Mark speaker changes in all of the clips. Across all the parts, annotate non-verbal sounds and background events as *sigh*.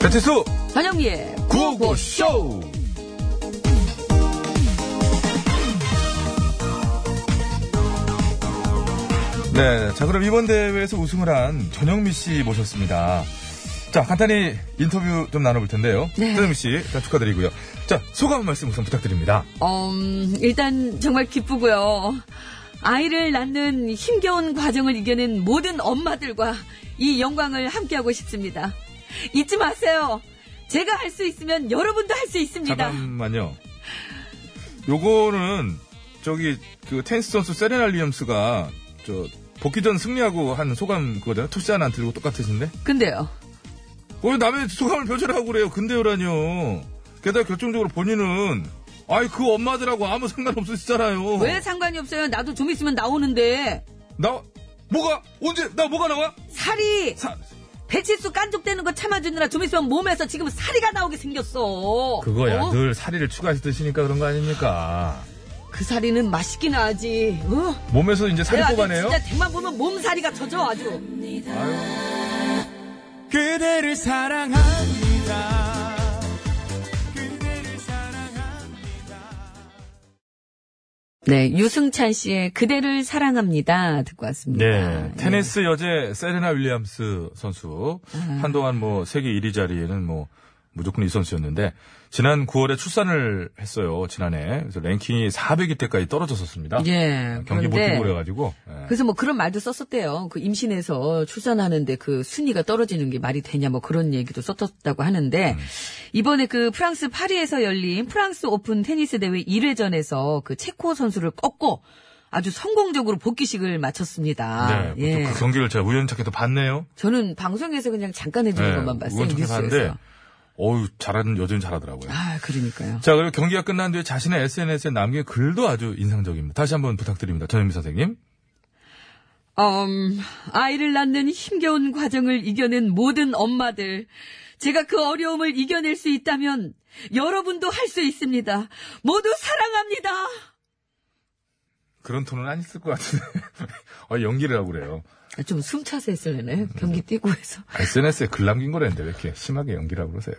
Speaker 1: 배태수
Speaker 2: 전영미의
Speaker 1: 구호고쇼 네, 자 그럼 이번 대회에서 우승을 한 전영미 씨 모셨습니다. 자 간단히 인터뷰 좀 나눠볼 텐데요.
Speaker 3: 네.
Speaker 1: 전영미 씨 일단 축하드리고요. 자 소감 한 말씀 우선 부탁드립니다.
Speaker 3: 음, 일단 정말 기쁘고요. 아이를 낳는 힘겨운 과정을 이겨낸 모든 엄마들과 이 영광을 함께하고 싶습니다. 잊지 마세요. 제가 할 수 있으면 여러분도 할 수 있습니다.
Speaker 1: 잠깐만요. 요거는 저기 그 테니스 선수 세레나 윌리엄스가 저 복귀전 승리하고 한 소감 그거잖아요. 투자나안 들고 똑같으신데.
Speaker 3: 근데요.
Speaker 1: 왜 남의 소감을 표절하고 그래요? 근데요라뇨. 게다가 결정적으로 본인은 아이 그 엄마들하고 아무 상관없으시잖아요.
Speaker 3: 왜 상관이 없어요? 나도 좀 있으면 나오는데.
Speaker 1: 나 뭐가 언제 나 뭐가 나와?
Speaker 3: 살이
Speaker 1: 사-
Speaker 3: 배치수 깐족대는 거 참아주느라 좀 있으면 몸에서 지금 살이가 나오게 생겼어.
Speaker 1: 그거야
Speaker 3: 어?
Speaker 1: 늘 사리를 추가해서 드시니까 그런 거 아닙니까?
Speaker 3: 그 살이는 맛있긴 하지. 어?
Speaker 1: 몸에서 이제 살이
Speaker 3: 내가 아주
Speaker 1: 뽑아내요.
Speaker 3: 진짜 댁만 보면 몸살이가 젖어 아주.
Speaker 4: 그대를 사랑합니다. 그대를 사랑합니다.
Speaker 3: 네, 유승찬 씨의 그대를 사랑합니다 듣고 왔습니다. 예.
Speaker 1: 네, 테니스 여제 세레나 윌리엄스 선수
Speaker 3: 음.
Speaker 1: 한동안 뭐 세계 1위 자리에는 뭐 무조건 이 선수였는데 지난 9월에 출산을 했어요 지난해 그래서 랭킹이 400위 때까지 떨어졌었습니다.
Speaker 3: 예,
Speaker 1: 경기 못
Speaker 3: 그런데
Speaker 1: 뛰고 그래가지고 예.
Speaker 3: 그래서 뭐 그런 말도 썼었대요. 그 임신해서 출산하는데 그 순위가 떨어지는 게 말이 되냐 뭐 그런 얘기도 썼었다고
Speaker 1: 음.
Speaker 3: 하는데 이번에 그 프랑스 파리에서 열린 프랑스 오픈 테니스 대회 1회전에서 그 체코 선수를 꺾고 아주 성공적으로 복귀식을 마쳤습니다. 예.
Speaker 1: 네, 또그 경기를 제가 우연찮게 또 봤네요.
Speaker 3: 저는 방송에서 그냥 잠깐 해주는
Speaker 1: 예,
Speaker 3: 것만 네, 봤어요.
Speaker 1: 우연찮게
Speaker 3: 뉴스에서.
Speaker 1: 봤는데 어우 잘하는 여전히 잘하더라고요.
Speaker 3: 아, 그러니까요.
Speaker 1: 자 그리고 경기가 끝난 뒤에 자신의 SNS에 남긴 글도 아주 인상적입니다. 다시 한번 부탁드립니다, 전현미 선생님.
Speaker 3: 음, 아이를 낳는 힘겨운 과정을 이겨낸 모든 엄마들. 제가 그 어려움을 이겨낼 수 있다면 여러분도 할 수 있습니다. 모두 사랑합니다.
Speaker 1: 그런 톤은 아니었을 것 같은데 *laughs* 아, 연기를 하고 그래요.
Speaker 3: 아, 좀 숨차서 했을래네. 경기 뛰고 해서.
Speaker 1: SNS에 글 남긴 거라는데 왜 이렇게 심하게 연기라고 그러세요?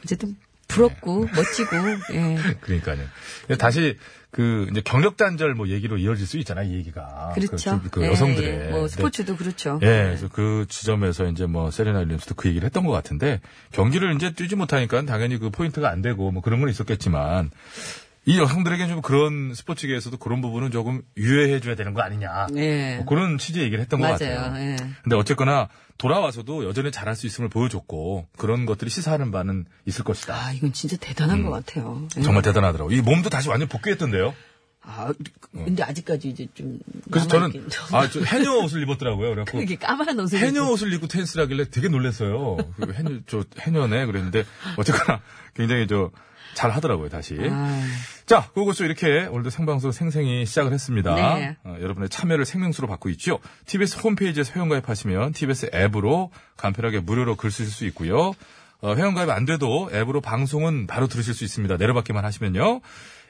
Speaker 3: 어쨌든 부럽고
Speaker 1: 네.
Speaker 3: 멋지고. 예.
Speaker 1: 그러니까요. 다시 그 이제 경력 단절 뭐 얘기로 이어질 수 있잖아요, 이 얘기가.
Speaker 3: 그렇죠.
Speaker 1: 그, 그
Speaker 3: 예,
Speaker 1: 여성들의.
Speaker 3: 예. 뭐 스포츠도 그렇죠.
Speaker 1: 네. 예, 그래서 그 지점에서 이제 뭐 세레나 윌리엄스도 그 얘기를 했던 것 같은데 경기를 이제 뛰지 못하니까 당연히 그 포인트가 안 되고 뭐 그런 건 있었겠지만 이 여성들에게 좀 그런 스포츠계에서도 그런 부분은 조금 유예해 줘야 되는 거 아니냐.
Speaker 3: 예.
Speaker 1: 뭐 그런 취지의 얘기를 했던 것
Speaker 3: 맞아요.
Speaker 1: 같아요.
Speaker 3: 예.
Speaker 1: 근데 어쨌거나 돌아와서도 여전히 잘할 수 있음을 보여줬고 그런 것들이 시사하는 바는 있을 것이다.
Speaker 3: 아, 이건 진짜 대단한 것 같아요. 예.
Speaker 1: 음. 정말 대단하더라고. 이 몸도 다시 완전 복귀했던데요.
Speaker 3: 아, 근데 아직까지 이제 좀.
Speaker 1: 그래서 저는
Speaker 3: 남아있긴 좀-
Speaker 1: 아, 저 해녀 옷을 입었더라고요. 그래갖고
Speaker 3: 이게 까만 옷을.
Speaker 1: 해녀
Speaker 3: 입고.
Speaker 1: 옷을 입고 테니스를 하길래 되게 놀랐어요. 그 해녀 저 해녀네 그랬는데 어쨌거나 굉장히 저 잘 하더라고요 다시.
Speaker 3: 아.
Speaker 1: 자, 그것도 이렇게 오늘도 생방송 생생히 시작을 했습니다.
Speaker 3: 네.
Speaker 1: 어, 여러분의 참여를 생명수로 받고 있죠. TBS 홈페이지에서 회원가입하시면 TBS 앱으로 간편하게 무료로 글 쓰실 수 있고요. 어, 회원가입 안 돼도 앱으로 방송은 바로 들으실 수 있습니다. 내려받기만 하시면요.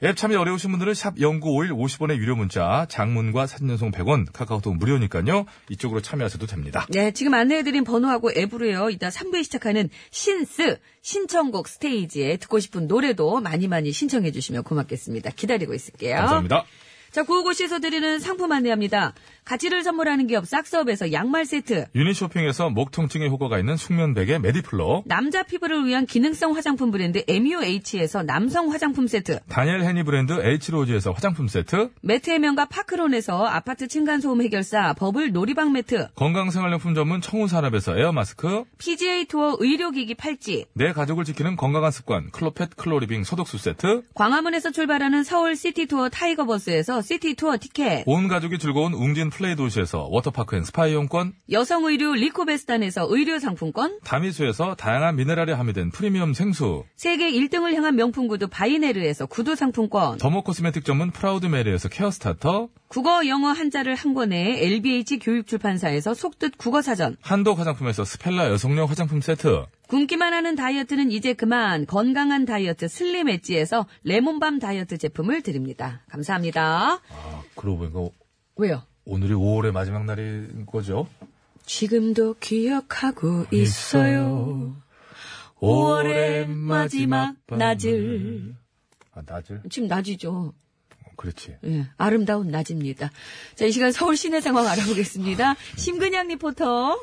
Speaker 1: 앱 참여 어려우신 분들은 샵 0951 50원의 유료 문자, 장문과 사진 연속 100원, 카카오톡 무료니까요. 이쪽으로 참여하셔도 됩니다.
Speaker 3: 네, 지금 안내해드린 번호하고 앱으로요. 이따 3부에 시작하는 신스 신청곡 스테이지에 듣고 싶은 노래도 많이 많이 신청해주시면 고맙겠습니다. 기다리고 있을게요.
Speaker 1: 감사합니다.
Speaker 3: 자, 구호고시에서 드리는 상품 안내합니다. 가치를 선물하는 기업 싹스업에서 양말 세트.
Speaker 1: 유니쇼핑에서 목 통증에 효과가 있는 숙면 베개 메디플러,
Speaker 3: 남자 피부를 위한 기능성 화장품 브랜드 MUH에서 남성 화장품 세트.
Speaker 1: 다니엘 헤니 브랜드 H로즈에서 화장품 세트,
Speaker 3: 매트 해면과 파크론에서 아파트 층간소음 해결사 버블 놀이방 매트.
Speaker 1: 건강생활용품 전문 청우산업에서 에어마스크,
Speaker 3: PGA 투어 의료기기 팔찌.
Speaker 1: 내 가족을 지키는 건강한 습관 클로펫 클로리빙 소독수 세트,
Speaker 3: 광화문에서 출발하는 서울 시티 투어 타이거 버스에서 시티 투어 티켓.
Speaker 1: 온 가족이 즐거운 웅진 플레이 도시에서 워터파크 앤 스파 이용권,
Speaker 3: 여성 의류 리코베스탄에서 의류 상품권.
Speaker 1: 다미수에서 다양한 미네랄이 함유된 프리미엄 생수,
Speaker 3: 세계 1등을 향한 명품 구두 바이네르에서 구두 상품권.
Speaker 1: 더모 코스메틱 전문 프라우드 메리에서 케어 스타터,
Speaker 3: 국어 영어 한자를 한 권에 LBH 교육출판사에서 속뜻 국어 사전.
Speaker 1: 한독 화장품에서 스펠라 여성용 화장품 세트,
Speaker 3: 굶기만 하는 다이어트는 이제 그만 건강한 다이어트 슬림 엣지에서 레몬밤 다이어트 제품을 드립니다. 감사합니다.
Speaker 1: 아, 그러고 보니까
Speaker 3: 왜요?
Speaker 1: 오늘이 5월의 마지막 날인 거죠?
Speaker 3: 지금도 기억하고 있어요. 5월의 마지막 낮을.
Speaker 1: 아, 낮을?
Speaker 3: 지금 낮이죠.
Speaker 1: 어, 그렇지.
Speaker 3: 예, 아름다운 낮입니다. 자, 이 시간 서울 시내 상황 알아보겠습니다. 심근양 리포터.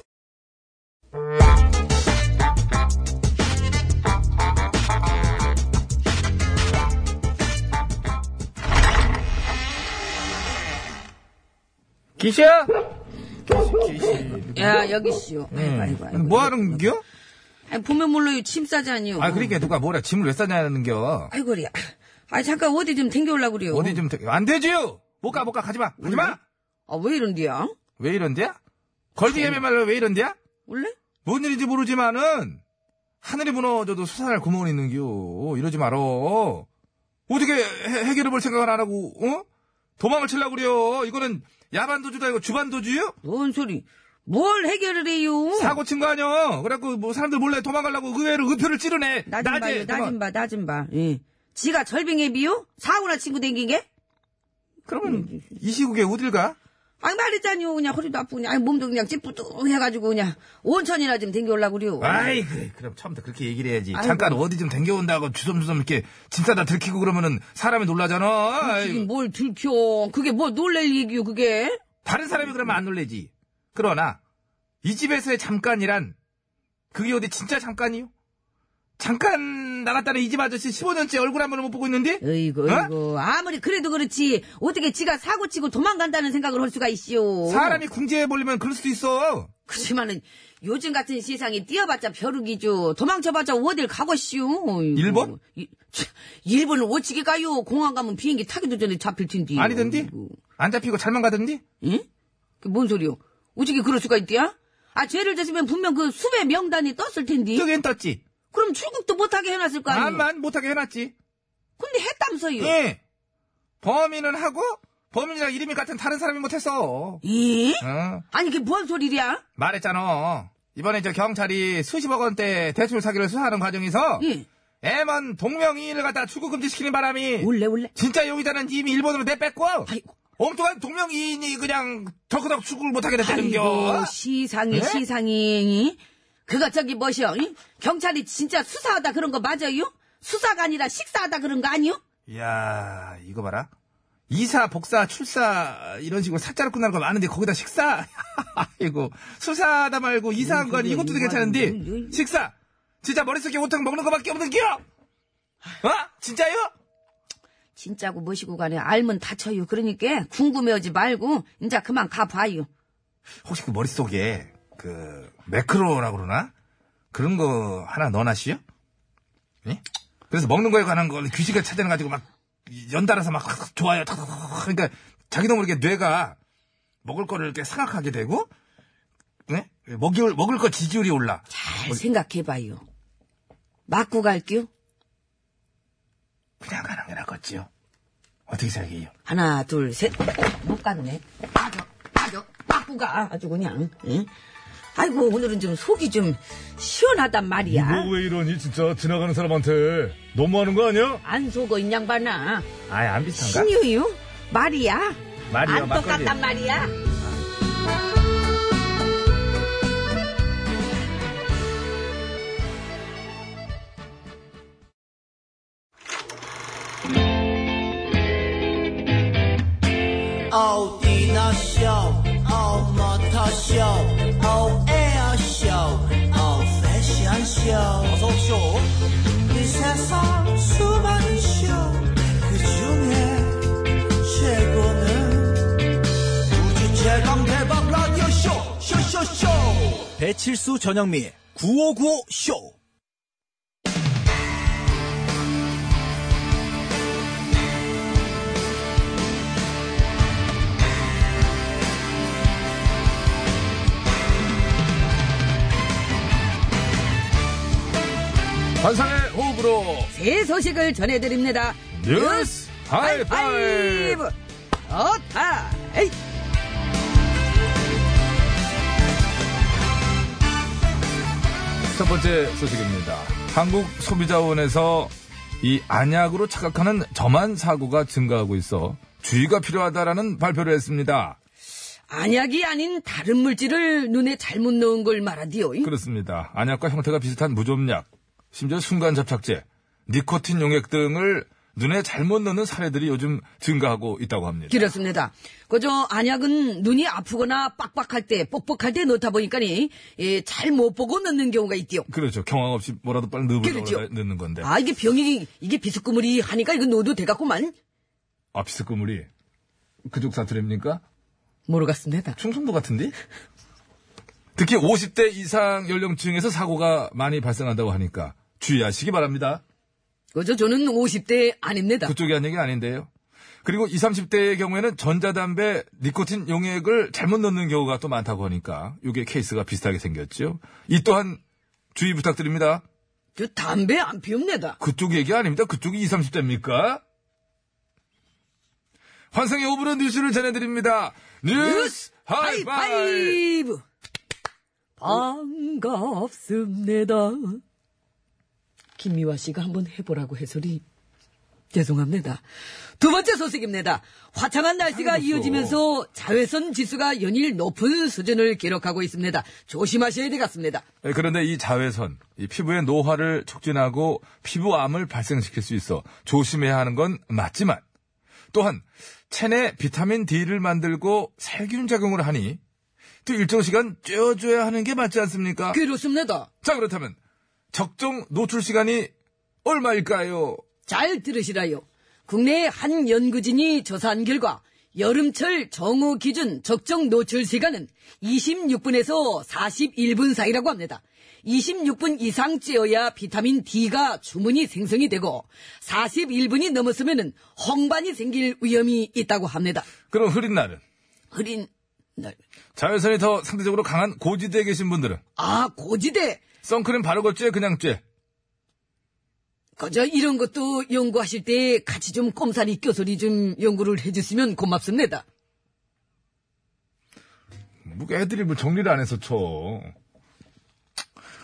Speaker 1: 기시야!
Speaker 3: 야, 여기 씨요. 아이고, 아이고, 아이고.
Speaker 1: 음. 뭐 하는 겨?
Speaker 3: 아니, 보면 몰라요. 침 싸자니요.
Speaker 1: 아, 그러니까 누가 뭐라 짐을 왜 싸냐는 겨.
Speaker 3: 아이고리야. 아, 잠깐 어디 좀 댕겨오려고 그래요.
Speaker 1: 어디 좀, 대- 안 되지요! 못 가, 못 가, 가지마! 가지마!
Speaker 3: 아, 왜 이런데야?
Speaker 1: 왜 이런데야? 걸기 예배 말로 왜 이런데야?
Speaker 3: 원래?
Speaker 1: 뭔 일인지 모르지만은, 하늘이 무너져도 수산할 구멍은 있는겨. 이러지 말어. 어떻게 해, 해결해 볼 생각을 안 하고, 어? 도망을 치려고 그래요. 이거는 야반도주다, 이거 주반도주요?
Speaker 3: 뭔 소리. 뭘 해결을 해요?
Speaker 1: 사고 친 거 아니여. 그래갖고 뭐 사람들 몰래 도망가려고 의외로 의표를 찌르네.
Speaker 3: 나 좀 봐요.
Speaker 1: 낮에.
Speaker 3: 나
Speaker 1: 도망-
Speaker 3: 좀 봐. 나 좀 봐. 예. 지가 절빙에 비요? 사고나 친구 댕긴 게? 음.
Speaker 1: 그러면 이 시국에 어딜 가?
Speaker 3: 아니 말했잖요. 그냥 허리도 아프고 그냥 아니, 몸도 그냥 찌뿌둥해가지고 그냥 온천이나 좀 댕겨오려고 그래요.
Speaker 1: 아이 그래 그럼 처음부터 그렇게 얘기를 해야지
Speaker 3: 아이고.
Speaker 1: 잠깐 어디 좀 댕겨온다고 주섬주섬 이렇게 진짜다 들키고 그러면은 사람이 놀라잖아 아이고.
Speaker 3: 지금 뭐- 뭘 들켜. 그게 뭐 놀랄 얘기요 그게?
Speaker 1: 다른 사람이 그러면 안 놀래지 그러나 이 집에서의 잠깐이란 그게 어디 진짜 잠깐이요? 잠깐 나갔다는 이 집 아저씨 15년째 얼굴 한 번을 못 보고 있는데
Speaker 3: 어이구
Speaker 1: 어?
Speaker 3: 어이구. 아무리 그래도 그렇지. 어떻게 지가 사고치고 도망간다는 생각을 할 수가 있시오.
Speaker 1: 사람이 궁지에 몰리면 그럴 수도 있어
Speaker 3: 그렇지만은 요즘 같은 세상에 뛰어봤자 벼룩이죠. 도망쳐봤자 어딜 가고시오.
Speaker 1: 일본?
Speaker 3: 일본을 어찌게 가요. 공항 가면 비행기 타기도 전에 잡힐 텐데.
Speaker 1: 아니던디?
Speaker 3: 아이고.
Speaker 1: 안 잡히고 잘만 가던디?
Speaker 3: 응? 그게 뭔 소리요? 어찌게 그럴 수가 있디야? 아 죄를 졌으면 분명 그 수배 명단이 떴을 텐데.
Speaker 1: 저긴 떴지
Speaker 3: 그럼 출국도 못하게 해놨을 거 아니에요.
Speaker 1: 암만 못하게 해놨지
Speaker 3: 근데 했담서요.
Speaker 1: 예 범인은 하고 범인이랑 이름이 같은 다른 사람이 못했어
Speaker 3: 예?
Speaker 1: 어?
Speaker 3: 아니 그게 뭔 소리야?
Speaker 1: 말했잖아. 이번에 저 경찰이 수십억 원대 대출 사기를 수사하는 과정에서
Speaker 3: 예.
Speaker 1: 애먼 동명이인을 갖다 출국 금지시키는 바람이
Speaker 3: 원래 원래.
Speaker 1: 진짜 용의자는 이미 일본으로 내뺐고
Speaker 3: 아이고.
Speaker 1: 엉뚱한 동명이인이 그냥 덕그덕 출국을 못하게
Speaker 3: 아이고
Speaker 1: 됐다는겨.
Speaker 3: 시상이
Speaker 1: 예?
Speaker 3: 시상이 그거 저기 뭐시여 이? 경찰이 진짜 수사하다 그런 거 맞아요? 수사가 아니라 식사하다 그런 거 아니요?
Speaker 1: 이야 이거 봐라. 이사, 복사, 출사 이런 식으로 사자로 끝나는 거 많은데 거기다 식사. *laughs* 아이고 수사하다 말고 이사한 건 이것도 괜찮은데 식사. 진짜 머릿속에 오탕 먹는 거밖에 없는겨. 어? 진짜요?
Speaker 3: 진짜고 뭐시고 간에 알면 다쳐요 그러니까 궁금해하지 말고 이제 그만 가봐요
Speaker 1: 혹시 그 머릿속에 그 매크로라고 그러나? 그런 거 하나 넣어놨시요? 예? 그래서 먹는 거에 관한 걸 귀신을 찾아내가지고 막 연달아서 막 *laughs* 좋아요. 그러니까 자기도 모르게 뇌가 먹을 거를 이렇게 생각하게 되고, 예? 먹을, 먹을 거 지지율이 올라.
Speaker 3: 잘 생각해봐요 맞고 갈게요
Speaker 1: 그냥 가는 게 낫겠지요. 어떻게 생각해요?
Speaker 3: 하나 둘셋못 갔네 빠져 빠져 맞고 가 아주 그냥 예? 아이고 오늘은 좀 속이 좀 시원하단 말이야
Speaker 1: 음.
Speaker 5: 왜 이러니 진짜 지나가는 사람한테 너무하는 거 아니야?
Speaker 3: 안 속어 인양반아
Speaker 1: 아예 안 비슷한가?
Speaker 3: 신유유? 말이야?
Speaker 1: 말이요,
Speaker 3: 안
Speaker 1: 막걸리.
Speaker 3: 똑같단 말이야?
Speaker 6: 어디나 쇼, 어머터 쇼, 어에어 쇼, 어 패션 쇼. 어서 쇼. 이 세상 수많은 쇼, 그 중에 최고는 우주 최강 대박 라디오 쇼, 쇼쇼쇼. 배칠수 전영미 9595 쇼.
Speaker 1: 환상의 호흡으로
Speaker 3: 새 소식을 전해드립니다.
Speaker 1: 뉴스 하이파이브.
Speaker 3: 좋다. 에이.
Speaker 1: 첫 번째 소식입니다. 한국 소비자원에서 이 안약으로 착각하는 저만 사고가 증가하고 있어 주의가 필요하다라는 발표를 했습니다.
Speaker 3: 안약이 아닌 다른 물질을 눈에 잘못 넣은 걸 말하디요.
Speaker 1: 그렇습니다. 안약과 형태가 비슷한 무좀약, 심지어 순간 접착제, 니코틴 용액 등을 눈에 잘못 넣는 사례들이 요즘 증가하고 있다고 합니다.
Speaker 3: 그렇습니다. 그저 안약은 눈이 아프거나 빡빡할 때, 뻑뻑할 때 넣다 보니까니 예, 잘 못 보고 넣는 경우가 있디요.
Speaker 1: 그렇죠. 경황 없이 뭐라도 빨리 넣으려고
Speaker 3: 그렇죠.
Speaker 1: 넣는 건데.
Speaker 3: 아 이게 병이 이게 비스꾸물이 하니까 이거 넣어도 되겠구만.
Speaker 1: 아, 비스꾸물이 그쪽 사투리입니까?
Speaker 3: 모르겠습니다.
Speaker 1: 충청도 같은데? 특히 50대 이상 연령층에서 사고가 많이 발생한다고 하니까 주의하시기 바랍니다.
Speaker 3: 그저 저는 50대 아닙니다.
Speaker 1: 그쪽이 한 얘기 아닌데요. 그리고 20, 30대의 경우에는 전자담배, 니코틴 용액을 잘못 넣는 경우가 또 많다고 하니까 이게 케이스가 비슷하게 생겼죠. 이 또한 주의 부탁드립니다.
Speaker 3: 저 담배 안 피웁니다.
Speaker 1: 그쪽 얘기 아닙니다. 그쪽이 20, 30대입니까? 환상의 오브로 뉴스를 전해드립니다. 뉴스 하이파이!
Speaker 3: 하이파이브! 반갑습니다. 김미화 씨가 한번 해보라고 해서리. 죄송합니다. 두 번째 소식입니다. 화창한 날씨가
Speaker 1: 아이고.
Speaker 3: 이어지면서 자외선 지수가 연일 높은 수준을 기록하고 있습니다. 조심하셔야 되겠습니다.
Speaker 1: 예, 그런데 이 자외선, 이 피부의 노화를 촉진하고 피부암을 발생시킬 수 있어 조심해야 하는 건 맞지만 또한 체내 비타민 D를 만들고 살균 작용을 하니 또 일정 시간 쬐어줘야 하는 게 맞지 않습니까?
Speaker 3: 그렇습니다.
Speaker 1: 자 그렇다면 적정 노출 시간이 얼마일까요?
Speaker 3: 잘 들으시라요. 국내 한 연구진이 조사한 결과 여름철 정오 기준 적정 노출 시간은 26분에서 41분 사이라고 합니다. 26분 이상 쬐어야 비타민 D가 주문이 생성이 되고 41분이 넘었으면 홍반이 생길 위험이 있다고 합니다.
Speaker 1: 그럼 흐린 날은
Speaker 3: 흐린 날.
Speaker 1: 자외선이 더 상대적으로 강한 고지대에 계신 분들은
Speaker 3: 아 고지대.
Speaker 1: 선크림 바르고 쬐 그냥 쬐.
Speaker 3: 그저 이런 것도 연구하실 때 같이 좀 꼼사리 껴소리 좀 연구를 해주시면 고맙습니다.
Speaker 1: 뭐 애들이 뭐 정리를 안 해서 쳐.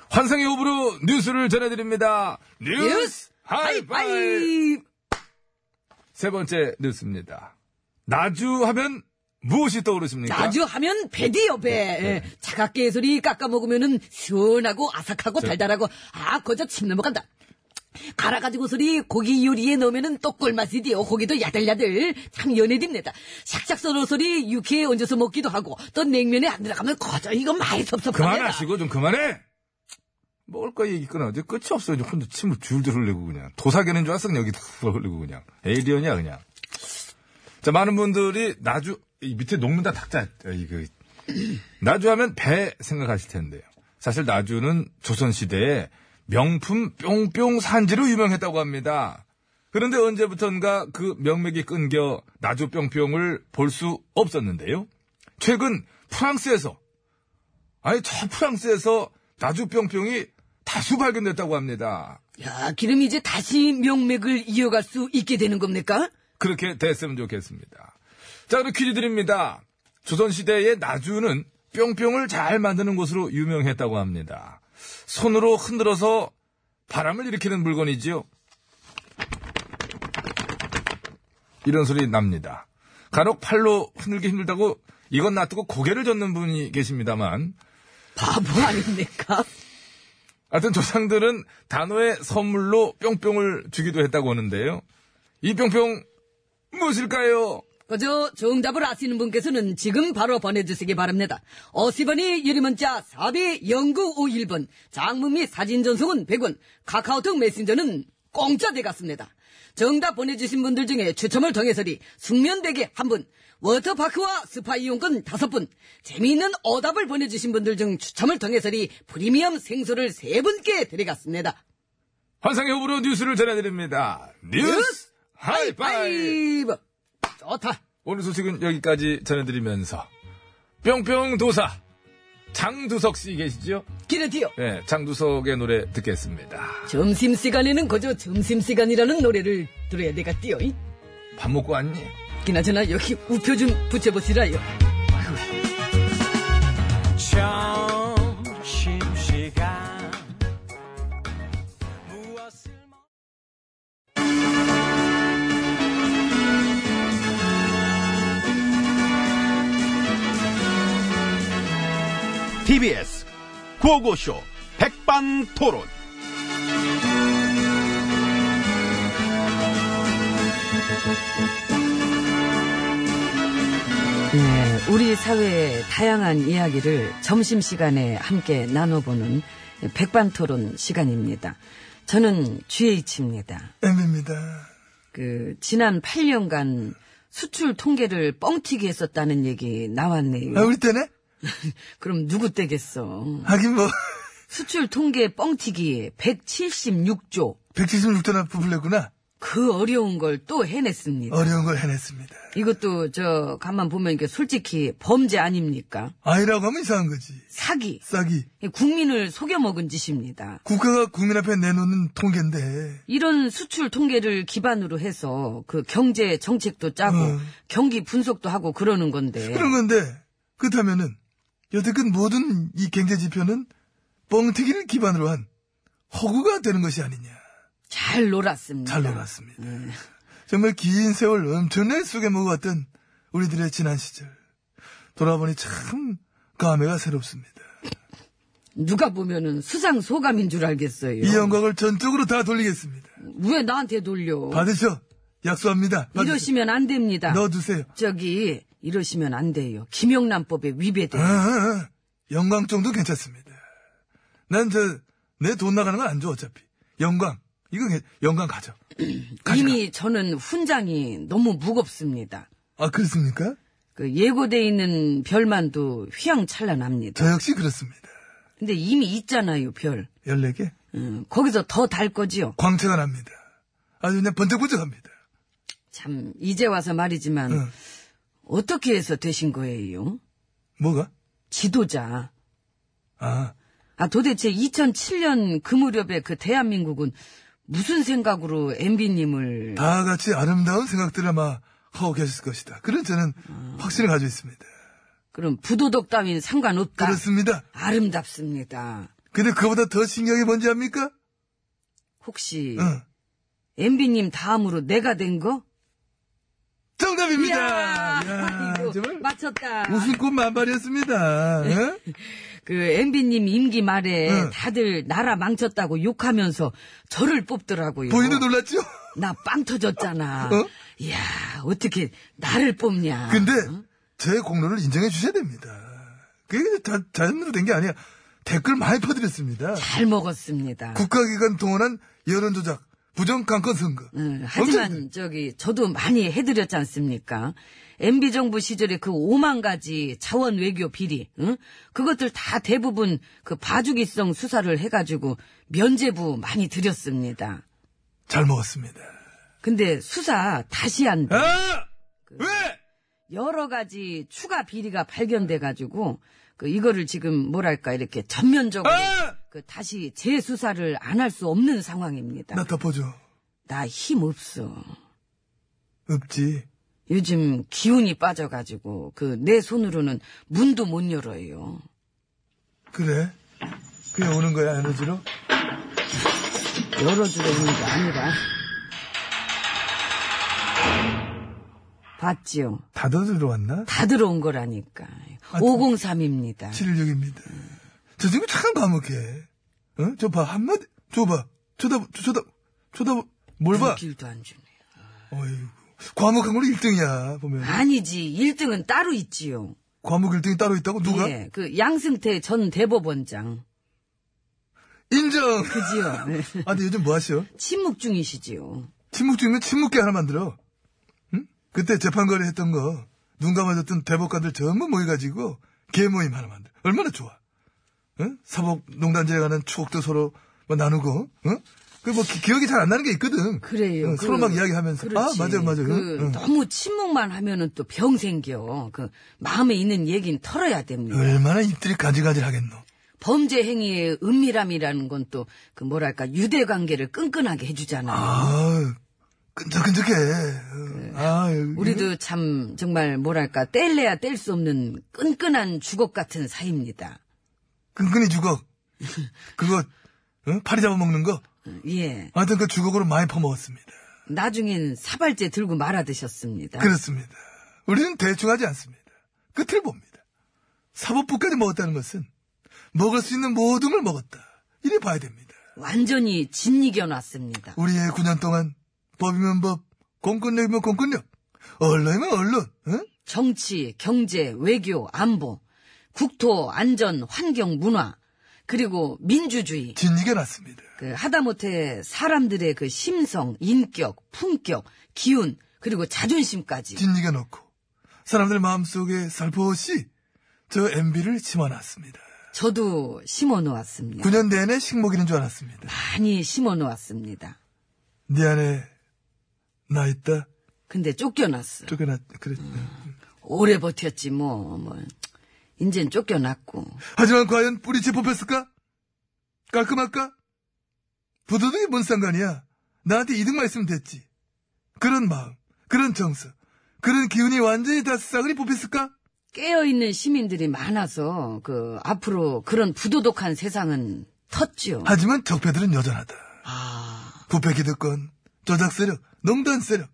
Speaker 1: 환상의 호불호 뉴스를 전해드립니다. 뉴스 하이파이
Speaker 3: 하이파이브!
Speaker 1: 세 번째 뉴스입니다. 나주 하면 무엇이 떠오르십니까? 네,
Speaker 3: 자주 하면 배디요 배. 예. 차갑게 소리 깎아 먹으면은 시원하고 아삭하고
Speaker 1: 네.
Speaker 3: 달달하고 아 거저 침 넘어간다. 갈아가지고 소리 고기 요리에 넣으면은 또 꿀맛이디요. 고기도 야들야들 참 연해딥니다. 샥샥 썰어 소리 육회에 얹어서 먹기도 하고 또 냉면에 안 들어가면 거저 이거 많이 섭섭합니다.
Speaker 1: 그만하시고 좀 그만해. 먹을 거 얘기 끊어야지 끝이 없어요. 이제 혼자 침을 줄줄 흘리고 그냥 도사견인 줄 알았어 여기 다 *laughs* 흘리고 그냥 에이리언이야 그냥. 자 많은 분들이 나주 이 밑에 녹는다 닭자 아, 이거 그, *clears throat* 나주 하면 배 생각하실 텐데요. 사실 나주는 조선 시대에 명품 뿅뿅 산지로 유명했다고 합니다. 그런데 언제부턴가 그 명맥이 끊겨 나주 뿅뿅을 볼 수 없었는데요. 최근 프랑스에서 아니 저 프랑스에서 나주병병이 다수 발견됐다고 합니다.
Speaker 3: 야 기름 이제 다시 명맥을 이어갈 수 있게 되는 겁니까?
Speaker 1: 그렇게 됐으면 좋겠습니다. 자 그럼 퀴즈 드립니다. 조선시대의 나주는 뿅뿅을 잘 만드는 곳으로 유명했다고 합니다. 손으로 흔들어서 바람을 일으키는 물건이지요. 이런 소리 납니다. 간혹 팔로 흔들기 힘들다고 이건 놔두고 고개를 젓는 분이 계십니다만
Speaker 3: 바보 아닙니까?
Speaker 1: 하여튼 조상들은 단어의 선물로 뿅뿅을 주기도 했다고 하는데요. 이 뿅뿅 무엇일까요?
Speaker 3: 그저 정답을 아시는 분께서는 지금 바로 보내주시기 바랍니다. 50원이 유리문자 4대 0951번, 장문 및 사진 전송은 100원, 카카오톡 메신저는 공짜 되갔습니다. 정답 보내주신 분들 중에 추첨을 통해서리 숙면대게 한분 워터파크와 스파 이용권 다섯 분 재미있는 오답을 보내주신 분들 중 추첨을 통해서리 프리미엄 생수를 세분께 드리겠습니다.
Speaker 7: 환상의 호불호 뉴스를 전해드립니다. 뉴스 하이파이!
Speaker 3: 파이브! 좋다.
Speaker 7: 오늘 소식은 여기까지 전해드리면서 뿅뿅 도사 장두석 씨 계시죠?
Speaker 3: 기르디오.
Speaker 7: 네, 장두석의 노래 듣겠습니다.
Speaker 3: 점심시간에는 그저 점심시간이라는 노래를 들어야 되겠디요.
Speaker 7: 밥 먹고 왔니?
Speaker 3: 그나저나 여기 우표 좀 붙여보시라요.
Speaker 8: 점심시간 무엇을 먹
Speaker 9: TBS 구호고쇼 백반토론.
Speaker 3: 네, 우리 사회의 다양한 이야기를 점심시간에 함께 나눠보는 백반토론 시간입니다. 저는 GH입니다.
Speaker 7: M입니다.
Speaker 3: 그 지난 8년간 수출 통계를 뻥튀기 했었다는 얘기 나왔네요.
Speaker 7: 아, 우리 때네?
Speaker 3: 그럼 누구 때겠어?
Speaker 7: 하긴 뭐, *laughs*
Speaker 3: 수출 통계 뻥튀기 176조.
Speaker 7: 176도나 부풀렸구나.
Speaker 3: 그 어려운 걸 또 해냈습니다.
Speaker 7: 어려운 걸 해냈습니다.
Speaker 3: 이것도 저 가만 보면 이게 솔직히 범죄 아닙니까?
Speaker 7: 아이라고 하면 이상한 거지.
Speaker 3: 사기.
Speaker 7: 싸기.
Speaker 3: 국민을 속여 먹은 짓입니다.
Speaker 7: 국가가 국민 앞에 내놓는 통계인데.
Speaker 3: 이런 수출 통계를 기반으로 해서 그 경제 정책도 짜고 경기 분석도 하고 그러는 건데
Speaker 7: 음. 그런 건데, 그렇다면은, 여태껏 모든 이 경제 지표는 뻥튀기를 기반으로 한 허구가 되는 것이 아니냐.
Speaker 3: 잘 놀았습니다.
Speaker 7: 잘 놀았습니다. 정말 긴 세월 엄청나게 속에 먹어왔던 우리들의 지난 시절. 돌아보니 참 감회가 새롭습니다.
Speaker 3: 누가 보면은 수상 소감인 줄 알겠어요.
Speaker 7: 이 영광을 전적으로 다 돌리겠습니다.
Speaker 3: 왜 나한테 돌려?
Speaker 7: 어? 받으셔. 약속합니다. 받으셔.
Speaker 3: 이러시면 안 됩니다.
Speaker 7: 넣어두세요.
Speaker 3: 저기 이러시면 안 돼요. 김영란법에 위배돼.
Speaker 7: 아, 아, 아. 영광 정도 괜찮습니다. 난 저, 내 돈 나가는 건 안 줘, 어차피. 영광. 이거, 괜- 영광 가져.
Speaker 3: 이미 저는 훈장이 너무 무겁습니다.
Speaker 7: 아, 그렇습니까?
Speaker 3: 그 예고돼 있는 별만도 휘황찬란합니다.
Speaker 7: 저 역시 그렇습니다.
Speaker 3: 근데 이미 있잖아요, 별.
Speaker 7: 14개.
Speaker 3: 음, 거기서 더 달 거지요.
Speaker 7: 광채가 납니다. 아주 그냥 번쩍번쩍 합니다.
Speaker 3: 참 이제 와서 말이지만
Speaker 7: 응.
Speaker 3: 어떻게 해서 되신 거예요?
Speaker 7: 뭐가?
Speaker 3: 지도자.
Speaker 7: 아,
Speaker 3: 아 도대체 2007년 그 무렵에 그 대한민국은 무슨 생각으로 MB님을
Speaker 7: 다 같이 아름다운 생각들을 아마 하고 계셨을 것이다. 그런 저는 확신을 가지고 있습니다.
Speaker 3: 그럼 부도덕 따윈 상관없다.
Speaker 7: 그렇습니다.
Speaker 3: 아름답습니다.
Speaker 7: 근데 그거보다 더 신경이 뭔지 압니까?
Speaker 3: 혹시
Speaker 7: 응.
Speaker 3: MB님 다음으로 내가 된 거?
Speaker 7: 정답입니다!
Speaker 3: 이야,
Speaker 7: 이야,
Speaker 3: 아이고,
Speaker 7: 정말
Speaker 3: 맞췄다.
Speaker 7: 웃음꽃 만발이었습니다. 예? 응?
Speaker 3: 그 MB님 임기 말에
Speaker 7: 응.
Speaker 3: 다들 나라 망쳤다고 욕하면서 저를 뽑더라고요. 아.
Speaker 7: 본인도 놀랐죠?
Speaker 3: 나 빵 터졌잖아.
Speaker 7: 어?
Speaker 3: 이야, 어떻게 나를 뽑냐.
Speaker 7: 근데 제 공로를 인정해 주셔야 됩니다. 그게 자, 자연으로 된 게 아니야. 댓글 많이 퍼드렸습니다.
Speaker 3: 잘 먹었습니다.
Speaker 7: 국가기관 동원한 여론조작, 부정강권 선거.
Speaker 3: 응,
Speaker 7: 엄청-
Speaker 3: 어, 음, 하지만 저기 저도 많이 해드렸지 않습니까? MB 정부 시절에 그 5만 가지 자원 외교 비리, 응? 그것들 다 대부분 그 봐주기성 수사를 해가지고 면제부 많이 드렸습니다.
Speaker 7: 잘 먹었습니다.
Speaker 3: 근데 수사 다시 한 번
Speaker 7: 아! 왜?
Speaker 3: 여러 가지 추가 비리가 발견돼가지고 그 이거를 지금 뭐랄까 이렇게 전면적으로
Speaker 7: 아!
Speaker 3: 그 다시 재수사를 안 할 수 없는 상황입니다.
Speaker 7: 나 덮어줘.
Speaker 3: 나 힘 없어.
Speaker 7: 없지.
Speaker 3: 요즘 기운이 빠져가지고 그 내 손으로는 문도 못 열어요.
Speaker 7: 그래? 그냥 오는 거야, 에너지로?
Speaker 3: 열어주려는 게 아니라. 봤지요.
Speaker 7: 다들 들어왔나?
Speaker 3: 다 들어온 거라니까.
Speaker 7: 아,
Speaker 3: 503입니다.
Speaker 7: 76입니다. 저 친구 참 과묵해. 응? 저 봐, 한마디, 저 봐. 쳐다보, 저 쳐다, 쳐다보, 뭘 봐?
Speaker 3: 길도 안 주네.
Speaker 7: 어이구. 과묵한 걸로 1등이야, 보면.
Speaker 3: 아니지. 1등은 따로 있지요.
Speaker 7: 과묵 1등이 따로 있다고? 누가?
Speaker 3: 예, 그 양승태 전 대법원장.
Speaker 7: 인정!
Speaker 3: 그지요. *laughs* 네.
Speaker 7: 아, 근데 요즘 뭐 하시오?
Speaker 3: 침묵 중이시지요.
Speaker 7: 침묵 중이면 침묵계 하나 만들어. 응? 그때 재판거리 했던 거, 눈 감아줬던 대법관들 전부 모여가지고, 개모임 하나 만들어. 얼마나 좋아. 응? 사법농단제에 관한 추억도 서로 뭐 나누고, 응? 그 뭐 기억이 잘 안 나는 게 있거든.
Speaker 3: 그래요.
Speaker 7: 응,
Speaker 3: 그-
Speaker 7: 어, 서로 막 이야기하면서.
Speaker 3: 그렇지.
Speaker 7: 아, 맞아, 맞아. 응,
Speaker 3: 그
Speaker 7: 응.
Speaker 3: 너무 침묵만 하면은 또 병 생겨. 그 마음에 있는 얘기는 털어야 됩니다.
Speaker 7: 얼마나 입들이 가지가지 하겠노.
Speaker 3: 범죄 행위의 은밀함이라는 건 또 그 뭐랄까 유대 관계를 끈끈하게 해주잖아요.
Speaker 7: 아 끈적끈적해. 아,
Speaker 3: 우리도 참 정말 뭐랄까 뗄래야 뗄 수 없는 끈끈한 주걱 같은 사이입니다.
Speaker 7: 끈끈이 주걱. 그거, 응? 파리 잡아먹는 거?
Speaker 3: 예,
Speaker 7: 하여튼 그 주걱으로 많이 퍼먹었습니다.
Speaker 3: 나중엔 사발제 들고 말아 드셨습니다.
Speaker 7: 그렇습니다. 우리는 대충 하지 않습니다. 끝을 봅니다. 사법부까지 먹었다는 것은 먹을 수 있는 모든 걸 먹었다. 이래 봐야 됩니다.
Speaker 3: 완전히 진이겨 놨습니다.
Speaker 7: 우리의 9년 동안 법이면 법, 공권력이면 공권력, 언론이면 언론, 응?
Speaker 3: 정치, 경제, 외교, 안보, 국토, 안전, 환경, 문화, 그리고 민주주의.
Speaker 7: 진리가 났습니다.
Speaker 3: 그 하다못해 사람들의 그 심성, 인격, 품격, 기운, 그리고 자존심까지.
Speaker 7: 진리가 놓고 사람들 마음속에 살포시 저 MB를 심어놨습니다.
Speaker 3: 저도 심어 놓았습니다.
Speaker 7: 9년 내내 식목이는 줄 알았습니다.
Speaker 3: 많이 심어 놓았습니다.
Speaker 7: 네 안에 나 있다.
Speaker 3: 근데 쫓겨났어.
Speaker 7: 쫓겨났, 그랬
Speaker 3: 오래 버텼지 뭐, 뭐. 인젠 쫓겨났고.
Speaker 7: 하지만 과연 뿌리채 뽑혔을까? 깔끔할까? 부도덕이 뭔 상관이야. 나한테 이득만 있으면 됐지. 그런 마음, 그런 정서, 그런 기운이 완전히 다 싸그리 뽑혔을까?
Speaker 3: 깨어있는 시민들이 많아서, 그, 앞으로 그런 부도덕한 세상은 텄죠.
Speaker 7: 하지만 적폐들은 여전하다.
Speaker 3: 아,
Speaker 7: 부패 기득권, 조작 세력, 농단 세력.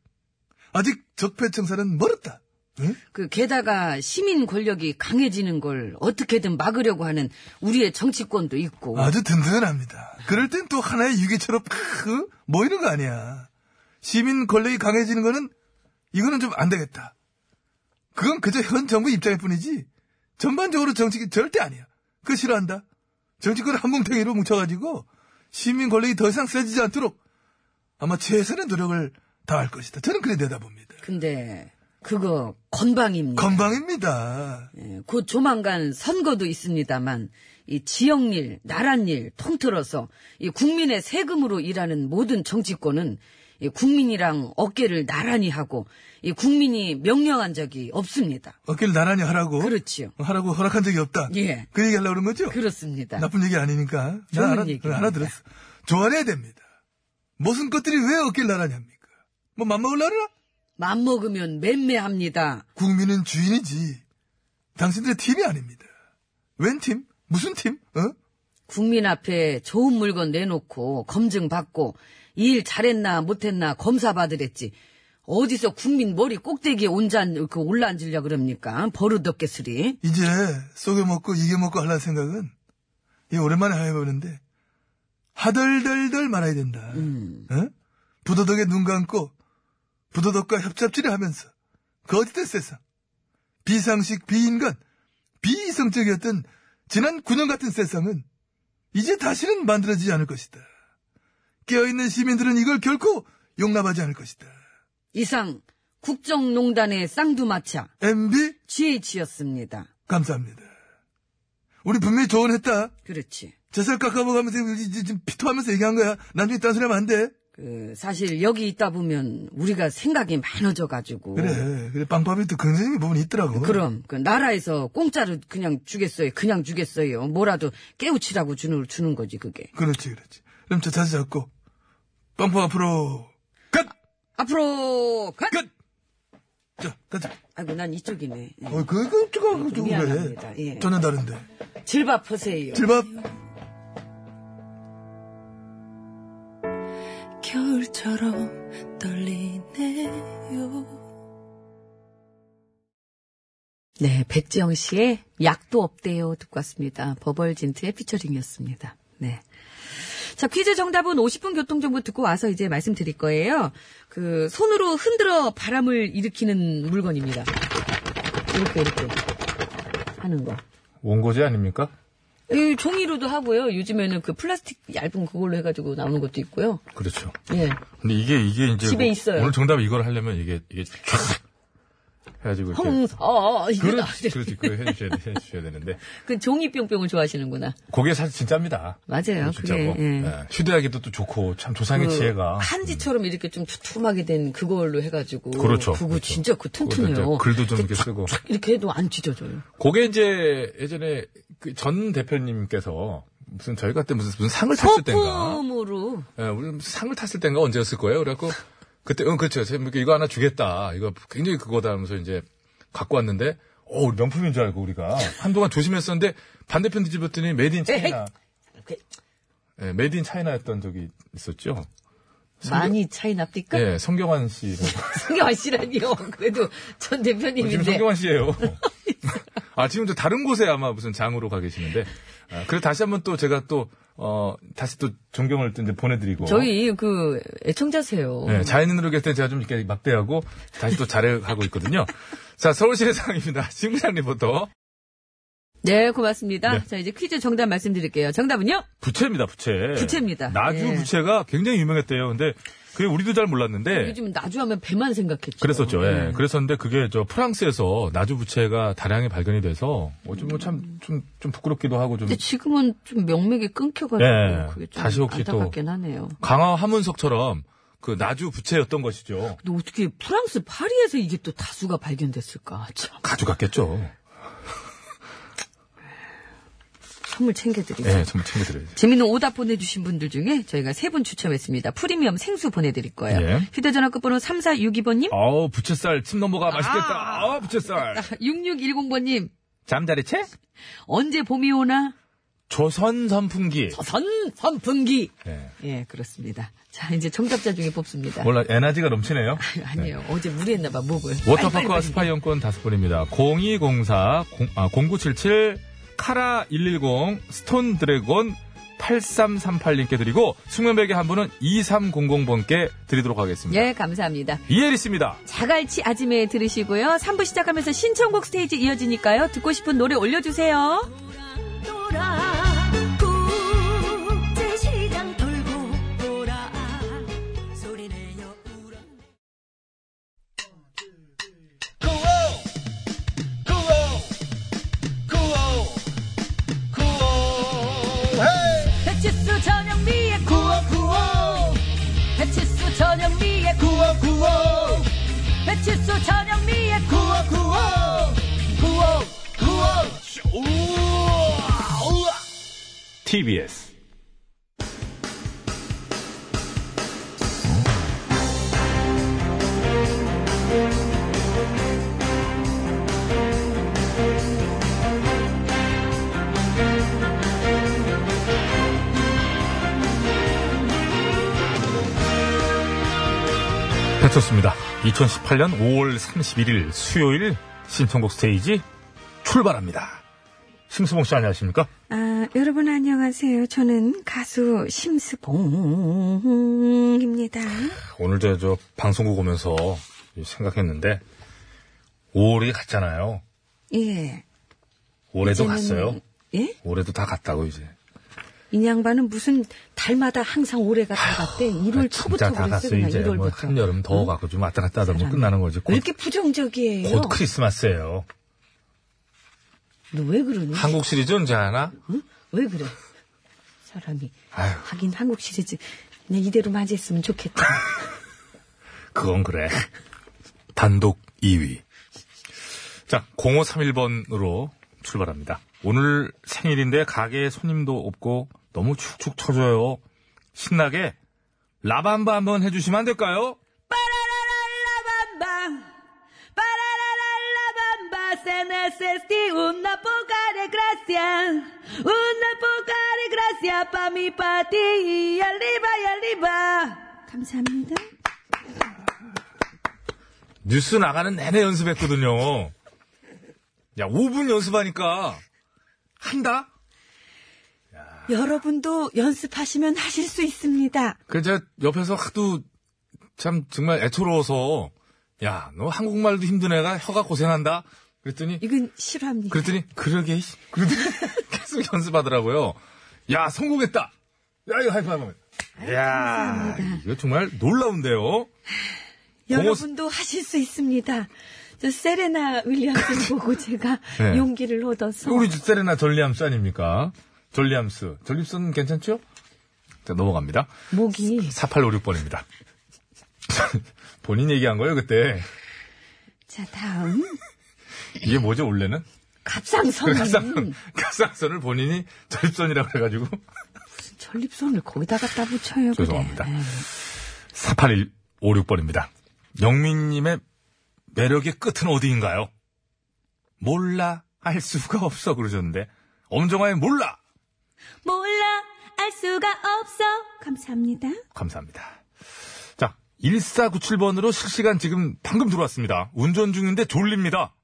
Speaker 7: 아직 적폐 청산은 멀었다. 응?
Speaker 3: 그, 게다가 시민 권력이 강해지는 걸 어떻게든 막으려고 하는 우리의 정치권도 있고.
Speaker 7: 아주 든든합니다. 그럴 땐 또 하나의 유기처럼 팍 어? 모이는 거 아니야. 시민 권력이 강해지는 거는 이거는 좀 안 되겠다. 그건 그저 현 정부 입장일 뿐이지 전반적으로 정치기 절대 아니야. 그거 싫어한다. 정치권 한 뭉탱이로 뭉쳐가지고 시민 권력이 더 이상 세지지 않도록 아마 최선의 노력을 다할 것이다. 저는 그래 내다봅니다.
Speaker 3: 네. 근데, 그거, 건방입니다.
Speaker 7: 건방입니다.
Speaker 3: 예, 곧 조만간 선거도 있습니다만 이 지역일, 나란일 통틀어서 이 국민의 세금으로 일하는 모든 정치권은 이 국민이랑 어깨를 나란히 하고 이 국민이 명령한 적이 없습니다.
Speaker 7: 어깨를 나란히 하라고
Speaker 3: 그렇지요.
Speaker 7: 하라고 허락한 적이 없다.
Speaker 3: 예.
Speaker 7: 그 얘기 하려고 그런 거죠?
Speaker 3: 그렇습니다.
Speaker 7: 나쁜 얘기 아니니까.
Speaker 3: 좋은
Speaker 7: 나 알아,
Speaker 3: 얘기입니다.
Speaker 7: 알아들었어. 좋아해야 됩니다. 무슨 것들이 왜 어깨를 나란히 합니까? 뭐 맘먹으려나?
Speaker 3: 맘먹으면 맴매합니다.
Speaker 7: 국민은 주인이지. 당신들의 팀이 아닙니다. 웬 팀? 무슨 팀? 어?
Speaker 3: 국민 앞에 좋은 물건 내놓고 검증 받고 이 일 잘했나 못했나 검사 받으랬지. 어디서 국민 머리 꼭대기에 온잔 그 올라앉으려 그럽니까? 버릇없게 쓰리.
Speaker 7: 이제 속여먹고 이겨먹고 하려는 생각은 이 오랜만에 해보는데 하덜덜덜 말아야 된다. 어? 부도덕에 눈 감고 부도덕과 협잡질을 하면서 거짓된 세상 비상식 비인간 비이성적이었던 지난 9년 같은 세상은 이제 다시는 만들어지지 않을 것이다. 깨어있는 시민들은 이걸 결코 용납하지 않을 것이다.
Speaker 3: 이상 국정농단의 쌍두마차
Speaker 7: MB
Speaker 3: GH였습니다.
Speaker 7: 감사합니다. 우리 분명히 조언했다.
Speaker 3: 그렇지.
Speaker 7: 제살 깎아먹으면서 지금 피토하면서 얘기한 거야. 나중에 딴 소리 하면 안 돼.
Speaker 3: 그 사실 여기 있다 보면 우리가 생각이 많아져 가지고
Speaker 7: 그래. 그래. 빵밥이 또 긍정적인 부분이 있더라고.
Speaker 3: 그럼 그 나라에서 공짜로 그냥 주겠어요. 그냥 주겠어요. 뭐라도 깨우치라고 주는 주는 거지 그게.
Speaker 7: 그렇지, 그렇지. 그럼 저 자세 잡고, 빵빵 앞으로, 끝!
Speaker 3: 앞으로 가.
Speaker 7: 끝! 자, 가자.
Speaker 3: 아이고 난 이쪽이네. 예.
Speaker 7: 어, 그, 그, 그, 그, 그,
Speaker 3: 미안합니다. 예.
Speaker 7: 그래. 전혀 다른데.
Speaker 3: 질밥 퍼세요.
Speaker 7: 질밥!
Speaker 10: 겨울처럼 떨리네요.
Speaker 3: 네, 백지영 씨의 약도 없대요 듣고 왔습니다. 버벌진트의 피처링이었습니다. 네. 자, 퀴즈 정답은 50분 교통정보 듣고 와서 이제 말씀드릴 거예요. 그, 손으로 흔들어 바람을 일으키는 물건입니다. 이렇게, 이렇게. 하는 거.
Speaker 1: 원고지 아닙니까?
Speaker 3: 이 종이로도 하고요. 요즘에는 그 플라스틱 얇은 그걸로 해가지고 나오는 것도 있고요.
Speaker 1: 그렇죠.
Speaker 3: 예.
Speaker 1: 근데 이게 이게 이제 뭐
Speaker 3: 집에 있어요.
Speaker 1: 오늘 정답 이걸 하려면 이게 이게 촥 해가지고 이렇게
Speaker 3: 홍서, 어, 이거
Speaker 1: 그렇지
Speaker 3: 나오죠.
Speaker 1: 그렇지 그거 해주셔야 돼 해주셔야 되는데
Speaker 3: 그 종이 뿅뿅을 좋아하시는구나.
Speaker 1: 그게 사실 진짜입니다.
Speaker 3: 맞아요.
Speaker 1: 진짜
Speaker 3: 그게,
Speaker 1: 뭐
Speaker 3: 예.
Speaker 1: 예, 휴대하기도 또 좋고 참 조상의
Speaker 3: 그
Speaker 1: 지혜가
Speaker 3: 한지처럼 이렇게 좀 두툼하게 된 그걸로 해가지고.
Speaker 1: 그렇죠.
Speaker 3: 그거
Speaker 1: 그렇죠.
Speaker 3: 진짜 그 튼튼해요.
Speaker 1: 그것도 글도 좀 이렇게 쓰고.
Speaker 3: 촥 이렇게 해도 안 찢어져요.
Speaker 1: 그게 이제 예전에 그 전 대표님께서 무슨 저희가 그때 무슨 무슨 상을 탔을 때인가
Speaker 3: 거품으로.
Speaker 1: 예, 우리 무슨 상을 탔을 때인가 언제였을 거예요. 그래갖고 그때 응 그렇죠. 선생님, 이렇게 이거 하나 주겠다. 이거 굉장히 그거다 하면서 이제 갖고 왔는데 어 우리 명품인 줄 알고 우리가 한동안 조심했었는데 반대편 뒤집었더니 메이드 인 차이나
Speaker 3: 이렇게
Speaker 1: 예, 메이드 인 차이나였던 적이 있었죠.
Speaker 3: 많이 차이 납니까?
Speaker 1: 예, 성경환 씨.
Speaker 3: *laughs* 성경환 씨라니요. 그래도 전
Speaker 1: 어, 지금
Speaker 3: 대표님인데.
Speaker 1: 성경환
Speaker 3: *laughs*
Speaker 1: 씨예요. *laughs* 아, 지금 또 다른 곳에 아마 무슨 장으로 가 계시는데. 아, 그래 다시 한번 또 제가 또, 어, 다시 또 존경을 또 이제 보내드리고.
Speaker 3: 저희 그 애청자세요.
Speaker 1: 네, 자연인으로 계실 때 제가 좀 이렇게 막대하고 다시 또 잘해가고 있거든요. 자, 서울시의 *laughs* 상황입니다. 심구장 리포터.
Speaker 3: 네, 고맙습니다.
Speaker 1: 네.
Speaker 3: 자, 이제 퀴즈 정답 말씀드릴게요. 정답은요?
Speaker 1: 부채입니다, 부채.
Speaker 3: 부채입니다.
Speaker 1: 나주
Speaker 3: 예.
Speaker 1: 부채가 굉장히 유명했대요. 근데 그게 우리도 잘 몰랐는데.
Speaker 3: 요즘 나주하면 배만 생각했죠.
Speaker 1: 예. 그랬었죠. 예.
Speaker 3: 네.
Speaker 1: 그랬었는데 그게 저 프랑스에서 나주 부채가 다량이 발견이 돼서 어쩌면 참좀 좀 부끄럽기도 하고 좀
Speaker 3: 근데 지금은 좀 명맥이 끊겨가지고
Speaker 1: 예.
Speaker 3: 그게 좀
Speaker 1: 다시 혹시 또-
Speaker 3: 안타깝긴 하네요.
Speaker 1: 강화 하문석처럼 그 나주 부채였던 것이죠.
Speaker 3: 근데 어떻게 프랑스 파리에서 이게 또 다수가 발견됐을까? 참,
Speaker 1: 가져갔겠죠.
Speaker 3: 선물 챙겨드리죠.
Speaker 1: 네, 좀 챙겨드려야죠.
Speaker 3: 재밌는 오답 보내주신 분들 중에 저희가 세 분 추첨했습니다. 프리미엄 생수 보내드릴 거예요.
Speaker 1: 예.
Speaker 3: 휴대전화 끝번호 3462번님,
Speaker 1: 아우, 부채살 침 넘어가 맛있겠다. 아, 우 부채살.
Speaker 3: 6610번님,
Speaker 1: 잠자리채?
Speaker 3: 언제 봄이 오나?
Speaker 1: 조선 선풍기.
Speaker 3: 선, 선풍기!
Speaker 1: 예.
Speaker 3: 예, 그렇습니다. 자, 이제 정답자 중에 뽑습니다.
Speaker 1: 몰라, 에너지가 넘치네요.
Speaker 3: *laughs* 아니에요. 어제 무리했나봐, 목을.
Speaker 1: 워터파크와 스파 이용권 다섯 분입니다. 0204, 0, 아, 0977, 카라 110, 스톤 드래곤 8338님께 드리고, 숙면베개 한 분은 2300번께 드리도록 하겠습니다.
Speaker 3: 예, 감사합니다.
Speaker 1: 이혜리 씨입니다.
Speaker 3: 자갈치 아지매 들으시고요. 3부 시작하면서 신청곡 스테이지 이어지니까요. 듣고 싶은 노래 올려주세요.
Speaker 10: 돌아 국제시장 돌고 돌아 소리내요 우라 배치수 전영미의 구호 구호 배치수 전영미의 구호 구호 배치수 전영미의 구호
Speaker 1: TBS. 배쳤습니다. 2018년 5월 31일 수요일 신청곡 스테이지 출발합니다. 심수봉 씨 안녕하십니까?
Speaker 10: 아, 여러분 안녕하세요. 저는 가수 심수봉입니다.
Speaker 1: 오늘 저, 저 방송국 오면서 생각했는데 5월이 갔잖아요.
Speaker 10: 예.
Speaker 1: 올해도
Speaker 10: 이제는-
Speaker 1: 갔어요.
Speaker 10: 예?
Speaker 1: 올해도 다 갔다고 이제.
Speaker 10: 이 양반은 무슨 달마다 항상 올해가 다 갔대. 1월
Speaker 1: 아, 진짜
Speaker 10: 초부터
Speaker 1: 다 갔어요.
Speaker 10: 그랬어요.
Speaker 1: 이제 뭐 한여름 더워 갖고 좀 왔다 갔다 하다 보면 끝나는 거지. 곧,
Speaker 10: 왜 이렇게 부정적이에요?
Speaker 1: 곧그 크리스마스예요.
Speaker 10: 너 왜 그러니?
Speaker 1: 한국 시리즈 언제 하나?
Speaker 10: 응? 왜 그래? 사람이
Speaker 1: 아휴,
Speaker 10: 하긴 한국 시리즈 그냥 이대로 맞이했으면 좋겠다.
Speaker 1: 그건 그래. 단독 2위. 자, 0531번으로 출발합니다. 오늘 생일인데 가게에 손님도 없고 너무 축축 쳐져요. 신나게 라밤바 한번 해주시면 안 될까요?
Speaker 3: 빠라라라라밤밤 빠라라라라밤밤 se necesita una poca de gracia una poca de gracia pa mi pa ti y arriba y arriba
Speaker 10: 감사합니다.
Speaker 1: 뉴스 나가는 내내 연습했거든요. 야, 5분 연습하니까 한다?
Speaker 10: 여러분도 연습하시면 하실 수 있습니다.
Speaker 1: 그, 제가 옆에서 하도 참 정말 애처로워서, 야, 너 한국말도 힘든 애가 혀가 고생한다? 그랬더니,
Speaker 10: 이건 실화입니다.
Speaker 1: 그랬더니, 그러게, 씨. 그러더니 *laughs* 계속 연습하더라고요. 야, 성공했다! 야, 이거 하이파이브. 야 이거 정말 놀라운데요?
Speaker 10: 여러분도 하실 수 있습니다. 저 세레나
Speaker 1: *laughs*
Speaker 10: 윌리엄스 보고 제가
Speaker 1: 네.
Speaker 10: 용기를 얻어서
Speaker 1: 우리 세레나 절리암스 아닙니까? 절리암스. 절리암스는 괜찮죠? 자, 넘어갑니다.
Speaker 10: 목이
Speaker 1: 4856번입니다. *laughs* 본인 얘기한 거예요, 그때.
Speaker 10: 자 다음
Speaker 1: 이게 뭐죠, 원래는? 그
Speaker 10: 갑상선은
Speaker 1: 갑상선, 갑상선을 본인이 *laughs* 절입선이라고 해가지고.
Speaker 10: 전립선을 거기다 갖다 붙여요. 그래. 예.
Speaker 1: 죄송합니다.
Speaker 10: 에이,
Speaker 1: 4856번입니다. 영민님의 매력의 끝은 어디인가요? 몰라, 알 수가 없어, 그러셨는데. 엄정화의 몰라!
Speaker 10: 몰라 알 수가 없어. 감사합니다.
Speaker 1: 감사합니다. 자, 1497번으로 실시간 지금 방금 들어왔습니다. 운전 중인데 졸립니다.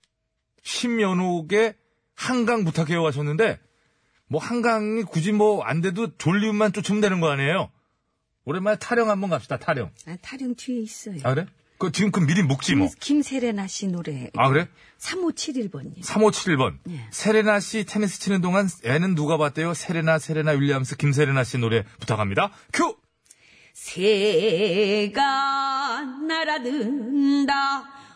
Speaker 1: 신면옥의 한강 부탁해요 하셨는데, 뭐 한강이 굳이 뭐 안 돼도 졸림만 쫓으면 되는 거 아니에요? 오랜만에 타령 한번 갑시다, 타령.
Speaker 10: 아, 타령 뒤에 있어요.
Speaker 1: 아, 그래? 그 지금 그 미리 묵지 뭐.
Speaker 10: 김, 세레나씨 노래
Speaker 1: 아, 그래?
Speaker 10: 3571번님.
Speaker 1: 3571번.
Speaker 10: 예.
Speaker 1: 세레나 씨 테니스 치는 동안 애는 누가 봤대요? 세레나, 세레나 윌리엄스, 김세레나 씨 노래 부탁합니다. 큐!
Speaker 3: 새가 날아든다.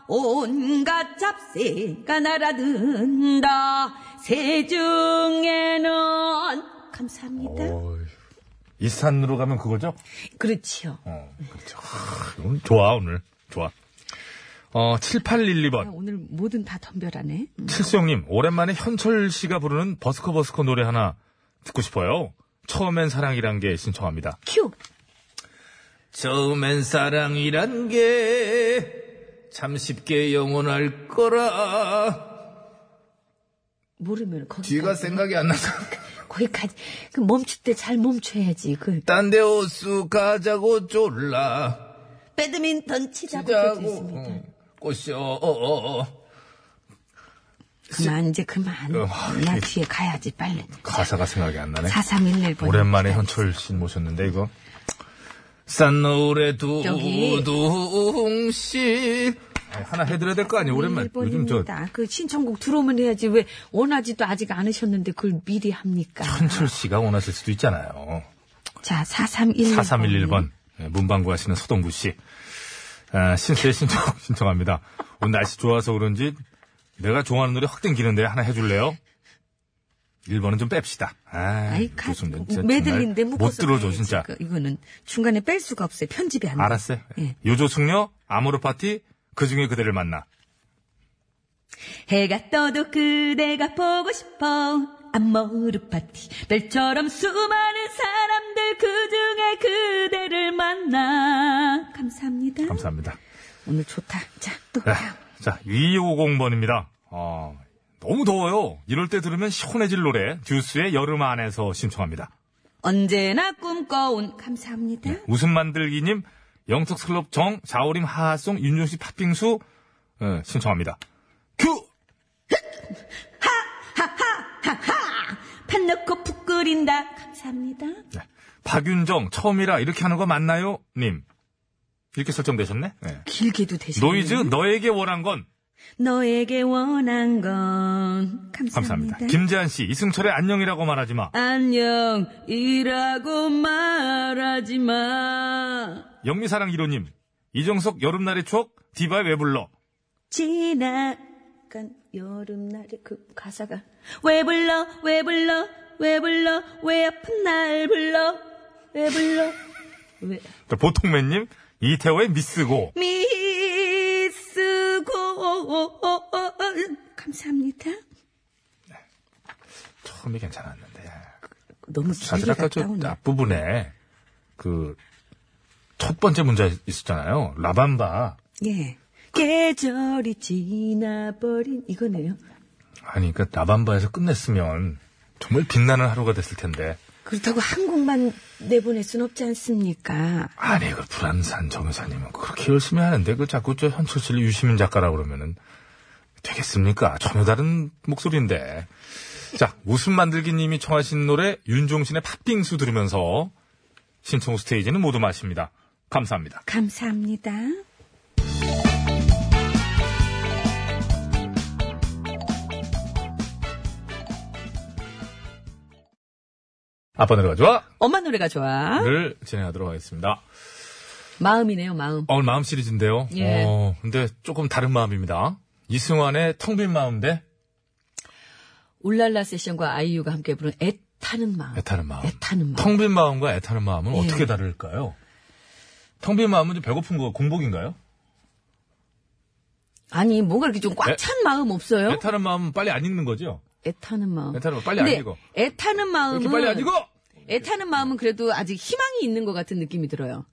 Speaker 3: 온갖 잡새가 날아든다. 새 중에는 감사합니다.
Speaker 1: 어. 이 산으로 가면 그거죠?
Speaker 10: 그렇지요.
Speaker 1: 어, 그렇죠. 하, 오늘 좋아, 오늘. 좋아. 어, 7812번.
Speaker 10: 아, 오늘 뭐든 다 덤벼라네. 음.
Speaker 1: 칠수영님, 오랜만에 현철 씨가 부르는 버스커버스커 노래 하나 듣고 싶어요. 처음엔 사랑이란 게 신청합니다.
Speaker 10: 큐.
Speaker 1: 처음엔 사랑이란 게 참 쉽게 영원할 거라.
Speaker 10: 모르면 거기까지.
Speaker 1: 뒤가 생각이 안 나서.
Speaker 10: 거기까지. 그 멈출 때 잘 멈춰야지. 그
Speaker 1: 딴 데 오수 가자고 졸라.
Speaker 10: 배드민턴 치자고 그럴 수
Speaker 1: 자고
Speaker 10: 있습니다.
Speaker 1: 어, 꼬셔.
Speaker 10: 그만 이제 그만.
Speaker 1: 어,
Speaker 10: 나
Speaker 1: 이게-
Speaker 10: 뒤에 가야지 빨리.
Speaker 1: 가사가 생각이 안 나네.
Speaker 10: 4311번.
Speaker 1: 오랜만에 현철 씨 모셨는데 이거 싼 노래
Speaker 10: 여기.
Speaker 1: 두둥실 하나 해드려야 될 거 아니에요 오랜만 요즘 저
Speaker 10: 1번입니다. 그 신청곡 들어오면 해야지 왜 원하지도 아직 않으셨는데 그걸 미리 합니까?
Speaker 1: 현철 씨가 원하실 수도 있잖아요
Speaker 10: 자, 4311.
Speaker 1: 4311번 예, 문방구 하시는 서동구 씨 아, 신세 신청 *laughs* 신청합니다 오늘 날씨 좋아서 그런지 내가 좋아하는 노래 확 땡기는데 하나 해줄래요? 1번은 좀 뺍시다. 아,
Speaker 10: 아이, 가,
Speaker 1: 좋습니다. 진짜
Speaker 10: 메들린데
Speaker 1: 정말
Speaker 10: 묶어서.
Speaker 1: 못 들어줘,
Speaker 10: 가야지.
Speaker 1: 진짜.
Speaker 10: 그, 이거는 중간에 뺄 수가 없어요. 편집이 안 돼.
Speaker 1: 알았어요.
Speaker 10: 예.
Speaker 1: 요조숙녀, 아모르 파티, 그 중에 그대를 만나.
Speaker 3: 해가 떠도 그대가 보고 싶어. 안모르 파티. 별처럼 수많은 사람들 그 중에 그대를 만나. 감사합니다.
Speaker 1: 감사합니다.
Speaker 10: 오늘 좋다. 자, 또.
Speaker 1: 네.
Speaker 10: 다음.
Speaker 1: 자, 2250번입니다. 어, 너무 더워요. 이럴 때 들으면 시원해질 노래, 듀스의 여름 안에서 신청합니다.
Speaker 3: 언제나 꿈꿔온 감사합니다.
Speaker 1: 웃음 만들기님, 영석 슬럽 정, 자오림 하하송, 윤종신 팥빙수, 예, 신청합니다. 큐!
Speaker 3: 판 넣고 푹 끓인다. 감사합니다.
Speaker 1: 네. 박윤정, 처음이라 이렇게 하는 거 맞나요? 님. 이렇게 설정되셨네? 네.
Speaker 10: 길게도 되시네.
Speaker 1: 노이즈, 너에게 원한 건,
Speaker 3: 너에게 원한 건 감사합니다.
Speaker 1: 감사합니다. 김재한 씨, 이승철의 안녕이라고 말하지 마.
Speaker 3: 안녕이라고 말하지 마.
Speaker 1: 영미사랑 1호님, 이정석 여름날의 추억, 디바의 왜 불러?
Speaker 10: 지나간 여름날의 그 가사가.
Speaker 3: 왜 불러 왜 불러 왜 불러 왜 아픈 날 불러 왜 불러 왜
Speaker 1: 또 보통맨님, 이태호의 미스고.
Speaker 3: 미스고
Speaker 10: 감사합니다.
Speaker 1: 처음이 괜찮았는데.
Speaker 10: 너무
Speaker 1: 사실
Speaker 10: 길게
Speaker 1: 아까
Speaker 10: 갔다
Speaker 1: 저
Speaker 10: 오네.
Speaker 1: 앞부분에, 그, 첫 번째 문제 있었잖아요. 라밤바.
Speaker 10: 예. 계절이 지나버린 이거네요.
Speaker 1: 아니, 그러니까 라밤바에서 끝냈으면 정말 빛나는 하루가 됐을 텐데.
Speaker 10: 그렇다고 한국만 내보낼 순 없지 않습니까?
Speaker 1: 아니, 그 불안산 정의사님은 그렇게 열심히 하는데, 그 자꾸 저 현철 씨를 유시민 작가라고 그러면은 되겠습니까? 전혀 다른 목소리인데. 자, 웃음 만들기님이 청하신 노래 윤종신의 팥빙수 들으면서 신청 스테이지는 모두 마십니다. 감사합니다.
Speaker 10: 감사합니다.
Speaker 1: 아빠 노래가 좋아!
Speaker 3: 엄마 노래가 좋아.
Speaker 1: 를 진행하도록 하겠습니다.
Speaker 3: 마음이네요, 마음.
Speaker 1: 오늘 마음 시리즈인데요.
Speaker 3: 예.
Speaker 1: 어, 근데 조금 다른 마음입니다. 이승환의 텅 빈 마음 대
Speaker 3: 울랄라 세션과 아이유가 함께 부른 애타는 마음.
Speaker 1: 애타는 마음.
Speaker 3: 애타는 마음.
Speaker 1: 텅 빈 마음과 애타는 마음은
Speaker 3: 예.
Speaker 1: 어떻게 다를까요? 텅 빈 마음은 좀 배고픈 거 공복인가요?
Speaker 3: 아니, 뭔가 이렇게 좀
Speaker 1: 애-
Speaker 3: 꽉 찬 마음 없어요?
Speaker 1: 애타는 마음은 빨리 안 읽는 거죠?
Speaker 3: 애타는 마음.
Speaker 1: 애타는 마음 빨리 안
Speaker 3: 근데
Speaker 1: 읽어.
Speaker 3: 애타는
Speaker 1: 왜
Speaker 3: 마음은
Speaker 1: 이렇게 빨리 안 읽어!
Speaker 3: 애타는 마음은 그래도 아직 희망이 있는 것 같은 느낌이 들어요.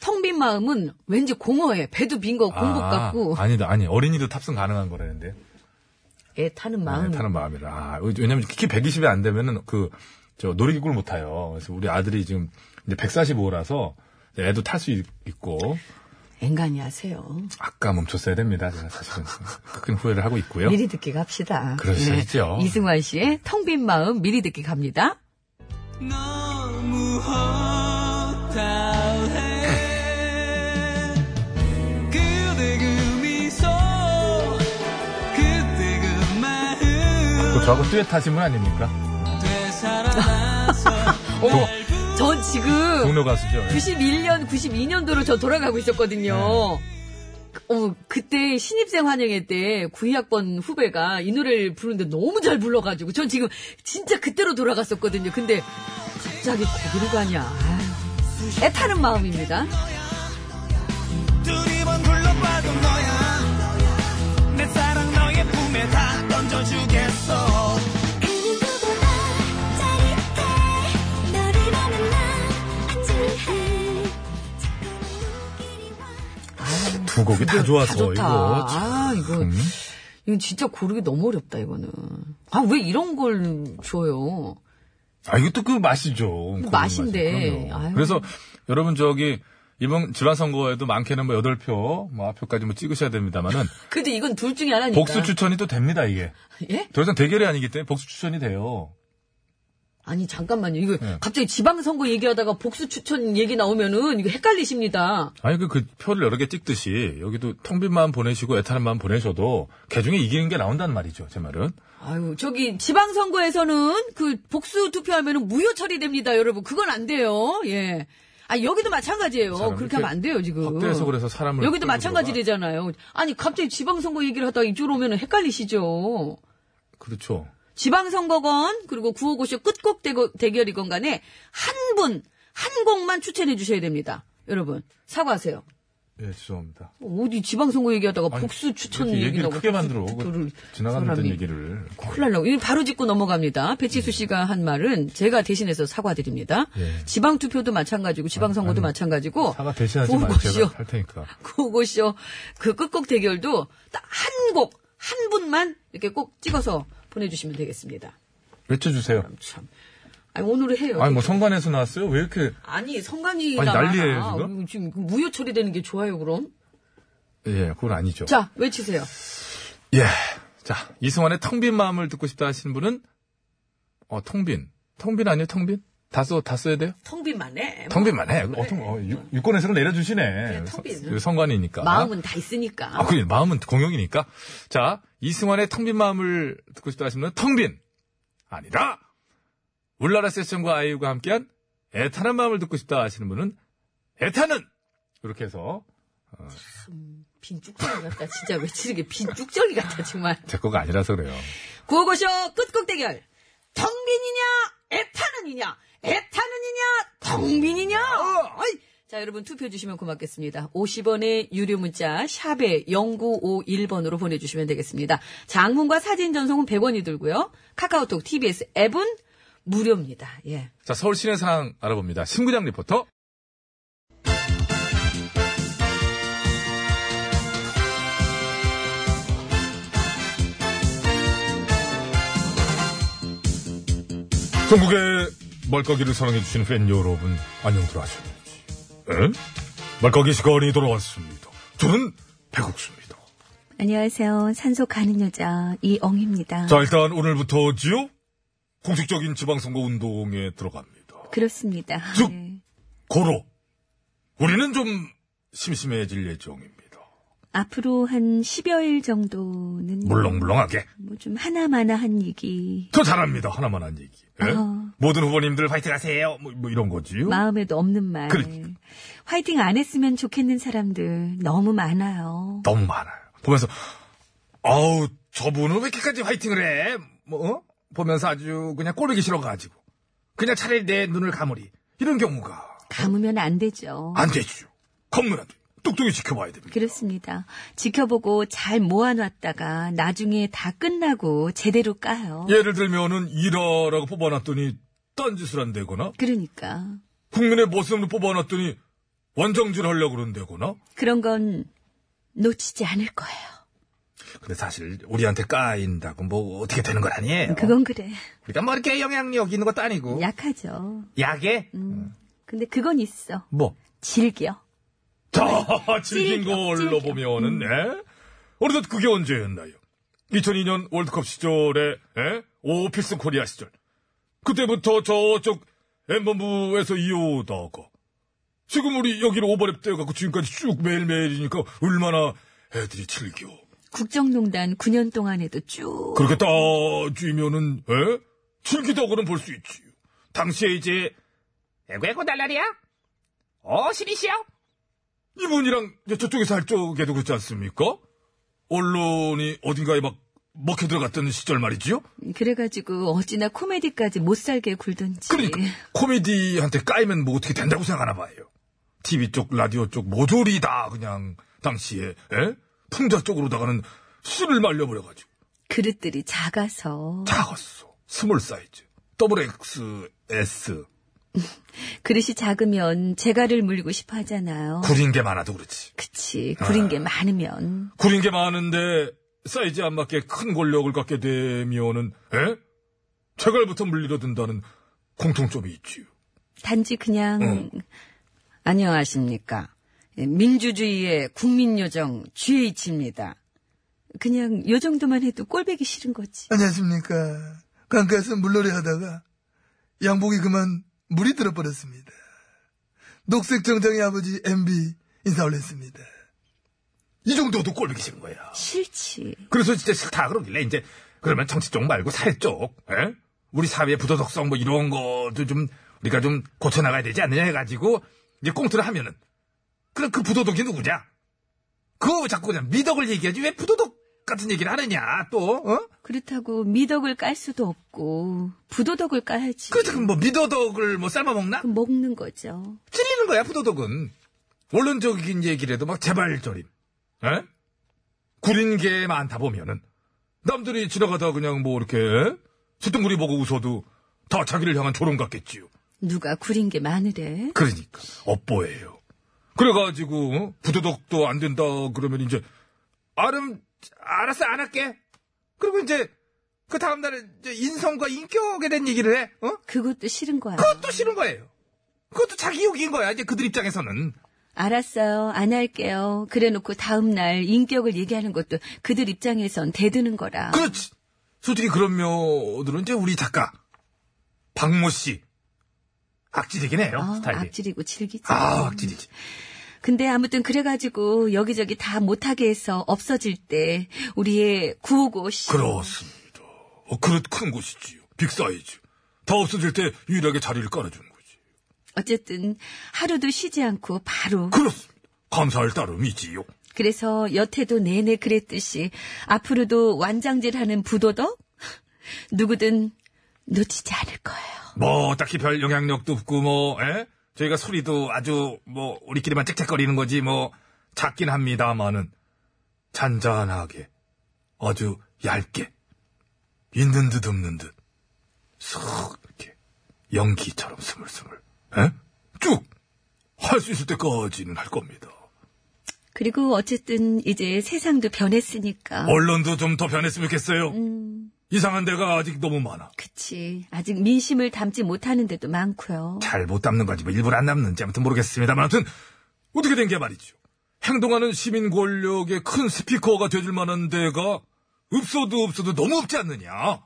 Speaker 3: 텅 빈 마음은 왠지 공허해. 배도 빈 거 공복
Speaker 1: 아,
Speaker 3: 같고.
Speaker 1: 아니다, 아니. 어린이도 탑승 가능한 거라는데.
Speaker 3: 애타는 마음.
Speaker 1: 타는 마음이라. 아, 왜냐면 특히 120이 안 되면은 그, 저, 놀이기구를 못 타요. 그래서 우리 아들이 지금 이제 145라서 애도 탈 수 있고,
Speaker 3: 앵간히 하세요.
Speaker 1: 아까 멈췄어야 됩니다. 제가 사실은. 큰 후회를 하고 있고요.
Speaker 3: 미리 듣기 갑시다. 네.
Speaker 1: 그러시죠.
Speaker 3: 이승환 씨의 텅 빈 마음 미리 듣기 갑니다.
Speaker 4: 너무 허탈해 그대 그 미소 *laughs* 그대 그
Speaker 1: 또
Speaker 4: 마음
Speaker 1: 저하고 듀엣 하신 분 아닙니까?
Speaker 4: 되살아나서
Speaker 3: 전 지금
Speaker 1: 동료 가수죠. 예.
Speaker 3: 91년, 92년도로 저 돌아가고 있었거든요. 어, 그때 신입생 환영회 때 92학번 후배가 이 노래를 부르는데 너무 잘 불러가지고 전 지금 진짜 그때로 돌아갔었거든요. 근데 갑자기 거기로 가냐. 아유, 애타는 마음입니다.
Speaker 4: 두리번 둘러봐도 너야 내 사랑 너의 품에 다 던져주겠어
Speaker 11: 그는 누구나 짜릿해 너를 만나 안주해 우리끼리 와
Speaker 1: 두 곡이 다 좋아서,
Speaker 3: 다 좋다.
Speaker 1: 이거. 음. 참.
Speaker 3: 아, 이거. 이건 진짜 고르기 너무 어렵다, 이거는. 아, 왜 이런 걸 줘요?
Speaker 1: 아, 이것도 그 맛이죠. 고른
Speaker 3: 맛인데.
Speaker 1: 맛이. 그럼요.
Speaker 3: 아유.
Speaker 1: 그래서 여러분 저기, 이번 지방선거에도 많게는 뭐 8표, 뭐 앞표까지 뭐 찍으셔야 됩니다만은,
Speaker 3: 근데 이건 둘 중에 하나니까.
Speaker 1: 복수 추천이 또 됩니다, 이게.
Speaker 3: 예?
Speaker 1: 더 이상 대결이 아니기 때문에 복수 추천이 돼요.
Speaker 3: 아니 잠깐만요. 이거
Speaker 1: 예.
Speaker 3: 갑자기 지방선거 얘기하다가 복수 추천 얘기 나오면은 이거 헷갈리십니다.
Speaker 1: 아니, 그, 그 표를 여러 개 찍듯이, 여기도 텅빈 마음 보내시고 애타는 마음 보내셔도, 개 중에 이기는 게 나온다는 말이죠, 제 말은.
Speaker 3: 아유 저기 지방선거에서는 그 복수 투표하면은 무효 처리됩니다, 여러분. 그건 안 돼요. 예. 아 여기도 마찬가지예요.
Speaker 1: 사람을
Speaker 3: 그렇게 하면 안 돼요 지금.
Speaker 1: 확대해서 그래서 사람을.
Speaker 3: 여기도
Speaker 1: 끌고
Speaker 3: 마찬가지잖아요. 아니 갑자기 지방선거 얘기를 하다가 이쪽으로 오면은 헷갈리시죠.
Speaker 1: 들어가- 그렇죠.
Speaker 3: 지방선거건 그리고 구호고쇼 끝곡 대거- 대결이건 간에 한 분, 한 곡만 추천해 주셔야 됩니다. 여러분 사과하세요.
Speaker 1: 예, 죄송합니다.
Speaker 3: 어디 지방선거 얘기하다가
Speaker 1: 아니,
Speaker 3: 복수 추천
Speaker 1: 이렇게 얘기를
Speaker 3: 얘기라고
Speaker 1: 크게 만들어. 그
Speaker 3: 들을
Speaker 1: 지나가는 듯
Speaker 3: 사람이
Speaker 1: 얘기를.
Speaker 3: 큰일 날라고. 이거 바로 짚고 넘어갑니다. 배치수 씨가 한 말은 제가 대신해서 사과드립니다.
Speaker 1: 예.
Speaker 3: 지방투표도 마찬가지고 지방선거도
Speaker 1: 아니,
Speaker 3: 마찬가지고
Speaker 1: 사과 대신하지 말고
Speaker 3: 구호고쇼,
Speaker 1: 제가 할 테니까.
Speaker 3: 구호고쇼 그 끝곡 대결도 딱 한 곡, 한 분만 이렇게 꼭 찍어서 보내주시면 되겠습니다.
Speaker 1: 외쳐주세요.
Speaker 3: 참. 아니, 오늘은 해요.
Speaker 1: 아니, 뭐 성관에서 나왔어요? 왜 이렇게.
Speaker 3: 아니, 성관이
Speaker 1: 아니,
Speaker 3: 나
Speaker 1: 난리예요,
Speaker 3: 많아.
Speaker 1: 지금?
Speaker 3: 어, 지금 무효 처리되는 게 좋아요, 그럼?
Speaker 1: 예, 그건 아니죠.
Speaker 3: 자, 외치세요.
Speaker 1: 예. 자, 이승환의 텅빈 마음을 듣고 싶다 하시는 분은, 어, 텅빈. 텅빈 아니에요, 텅빈? 다 써, 다 써야 돼요?
Speaker 3: 성빈만 해.
Speaker 1: 텅빈만 해. 어, 텅, 어, 유- 유권에서는 내려주시네.
Speaker 3: 네. 텅빈은.
Speaker 1: 성- 성관이니까.
Speaker 3: 마음은 다 있으니까.
Speaker 1: 아, 그래. 마음은 공용이니까. 자, 이승환의 텅빈 마음을 듣고 싶다 하시면 텅빈! 아니라! 울라라 세션과 아이유가 함께한 애타는 마음을 듣고 싶다 하시는 분은 애타는! 이렇게 해서
Speaker 3: 빈 쭉절이 같다. 진짜 외치는 게 빈 쭉절이 같다, 정말.
Speaker 1: 제 거가 아니라서 그래요.
Speaker 3: 구호고쇼 끝곡 대결. 텅빈이냐, 애타는이냐, 애타는이냐, 텅빈이냐. 어이. 자, 여러분 투표해 주시면 고맙겠습니다. 50원의 유료 문자 샵에 0951번으로 보내주시면 되겠습니다. 장문과 사진 전송은 100원이 들고요. 카카오톡, TBS 앱은 무료입니다. 예.
Speaker 1: 자, 서울 시내 상황 알아봅니다. 신구장 리포터. 전국의 말까기를 사랑해주신 팬 여러분, 안녕들 하셨는지. 에? 말까기 시간이 돌아왔습니다. 저는 배국수입니다.
Speaker 10: 안녕하세요. 산소 가는 여자 이엉입니다.
Speaker 1: 자, 일단 오늘부터지요? 공식적인 지방선거 운동에 들어갑니다.
Speaker 3: 그렇습니다.
Speaker 1: 즉,
Speaker 3: 네.
Speaker 1: 고로 우리는 좀 심심해질 예정입니다.
Speaker 3: 앞으로 한 10여일 정도는
Speaker 1: 물렁물렁하게.
Speaker 3: 뭐 좀 하나마나한 얘기
Speaker 1: 더 잘합니다. 하나만 한 얘기. 예?
Speaker 3: 어.
Speaker 1: 모든 후보님들 파이팅 하세요. 뭐, 뭐 이런 거지요.
Speaker 3: 마음에도 없는 말
Speaker 1: 그러니까.
Speaker 3: 화이팅 안 했으면 좋겠는 사람들 너무 많아요.
Speaker 1: 너무 많아요. 보면서 아우 저분은 왜 이렇게까지 화이팅을 해? 뭐 어? 보면서 아주 그냥 꼬르기 싫어가지고 그냥 차라리 내 눈을 감으리 이런 경우가
Speaker 3: 감으면 안 되죠.
Speaker 1: 안 되죠. 겁나 안 돼. 똑똑히 지켜봐야 됩니다.
Speaker 3: 그렇습니다. 지켜보고 잘 모아놨다가 나중에 다 끝나고 제대로 까요.
Speaker 1: 예를 들면은 일화라고 뽑아놨더니 딴짓을 한다거나
Speaker 3: 그러니까
Speaker 1: 국민의 모습을 뽑아놨더니 원정질 하려고 그런다거나
Speaker 3: 그런 건 놓치지 않을 거예요.
Speaker 1: 근데 사실 우리한테 까인다고 뭐 어떻게 되는 건 아니에요.
Speaker 3: 음, 그건 그래.
Speaker 1: 그러니까 뭐 이렇게 영향력 있는 것도 아니고
Speaker 3: 약하죠.
Speaker 1: 약에
Speaker 3: 음. 근데 그건 있어.
Speaker 1: 뭐
Speaker 3: 질겨. 네.
Speaker 1: 자, 즐긴
Speaker 3: 찔겨,
Speaker 1: 걸로
Speaker 3: 찔겨. 음.
Speaker 1: 보면은, 예? 어느덧 그게 언제였나요? 2002년 월드컵 시절에, 예? 오피스 코리아 시절. 그때부터 저쪽 엠본부에서 이어다가, 지금 우리 여기로 오버랩 떼어갖고 지금까지 쭉 매일매일이니까 얼마나 애들이 즐겨.
Speaker 3: 국정농단 9년 동안에도 쭉
Speaker 1: 그렇게 따지면은, 예? 즐기다고는 볼 수 있지요. 당시에 이제, 에고에고 달라리야? 어, 신이시여? 이분이랑 이제 저쪽에서 할 적에도 그렇지 않습니까? 언론이 어딘가에 막 먹혀 들어갔던 시절 말이지요?
Speaker 3: 그래가지고 어찌나 코미디까지 못 살게 굴던지.
Speaker 1: 그러니까, 코미디한테 까이면 뭐 어떻게 된다고 생각하나 봐요. TV 쪽, 라디오 쪽, 모조리 다 그냥, 당시에, 예? 풍자 쪽으로다가는 씨를 말려버려가지고.
Speaker 3: 그릇들이 작아서
Speaker 1: 작았어. 스몰 사이즈. 더블 XS.
Speaker 3: 그릇이 작으면 재갈을 물리고 싶어 하잖아요.
Speaker 1: 구린 게 많아도 그렇지.
Speaker 3: 그치 구린
Speaker 1: 아.
Speaker 3: 게 많으면
Speaker 1: 구린 게 많은데 사이즈 안 맞게 큰 권력을 갖게 되면은 에? 제갈부터 물리러든다는 공통점이 있지요.
Speaker 3: 단지 그냥
Speaker 12: 안녕하십니까. 예, 민주주의의 국민요정 GH입니다.
Speaker 3: 그냥 요 정도만 해도 꼴배기 싫은 거지.
Speaker 7: 안녕하십니까. 강가에서 물놀이 하다가 양복이 그만 물이 들어버렸습니다. 녹색 정장의 아버지 MB 인사 올렸습니다.
Speaker 1: 이 정도도 꼴보기 싫은 거야.
Speaker 3: 싫지.
Speaker 1: 그래서 진짜 싫다 그러길래 이제 그러면 정치 쪽 말고 사회 쪽, 에? 우리 사회의 부도덕성 뭐 이런 것도 좀 우리가 좀 고쳐 나가야 되지 않느냐 해가지고 이제 꽁트를 하면은 그럼 그 부도덕이 누구냐? 그거 자꾸 그냥 미덕을 얘기하지 왜 부도덕 같은 얘기를 하느냐 또 어?
Speaker 3: 그렇다고 미덕을 깔 수도 없고 부도덕을 까야지.
Speaker 1: 그렇다고 뭐 미더덕을 뭐 삶아 먹나?
Speaker 3: 그럼 먹는 거죠.
Speaker 1: 찔리는 거야 부도덕은. 원론적인 얘기라도 막 재발절임. 에? 구린 게 많다 보면은 남들이 지나가다 그냥 뭐 이렇게 쇳덩구리 보고 웃어도 다 자기를 향한 조롱 같겠지요.
Speaker 3: 누가 구린 게 많으래.
Speaker 1: 그러니까 업보예요. 그래가지고 어? 부도덕도 안 된다 그러면 이제 아름 알았어 안 할게. 그리고 이제 그 다음 날에 이제 인성과 인격에 대한 얘기를 해. 어?
Speaker 3: 그것도 싫은 거야.
Speaker 1: 그것도 싫은 거예요. 그것도 자기 욕인 거야. 이제 그들 입장에서는.
Speaker 3: 알았어요. 안 할게요. 그래놓고 다음날 인격을 얘기하는 것도 그들 입장에선 대드는 거라.
Speaker 1: 그렇지. 솔직히 그런 면들은 이제 우리 작가 박모 씨 악질이긴 해요
Speaker 3: 아,
Speaker 1: 스타일이.
Speaker 3: 악질이고 질기지.
Speaker 1: 아 악질이지.
Speaker 3: 근데 아무튼 그래가지고 여기저기 다 못하게 해서 없어질 때 우리의 구호고시.
Speaker 1: 그렇습니다. 어, 그릇 큰 곳이지요. 빅 사이즈. 다 없어질 때 유일하게 자리를 깔아주는 거지.
Speaker 3: 어쨌든 하루도 쉬지 않고 바로.
Speaker 1: 그렇습니다. 감사할 따름이지요.
Speaker 3: 그래서 여태도 내내 그랬듯이 앞으로도 완장질하는 부도덕? 누구든 놓치지 않을 거예요.
Speaker 1: 뭐 딱히 별 영향력도 없고 뭐 에? 저희가 소리도 아주 뭐 우리끼리만 짹짹거리는 거지 뭐 작긴 합니다마는 잔잔하게 아주 얇게 있는 듯 없는 듯쓱 이렇게 연기처럼 스물스물 쭉 할 수 있을 때까지는 할 겁니다.
Speaker 3: 그리고 어쨌든 이제 세상도 변했으니까.
Speaker 1: 언론도 좀 더 변했으면 좋겠어요. 이상한 데가 아직 너무 많아.
Speaker 3: 그치. 아직 민심을 담지 못하는 데도 많고요.
Speaker 1: 잘 못 담는 건지 뭐 일부러 안 담는지 아무튼 모르겠습니다만 아무튼 어떻게 된 게 말이죠. 행동하는 시민 권력의 큰 스피커가 되질 만한 데가 없어도 없어도 너무 없지 않느냐.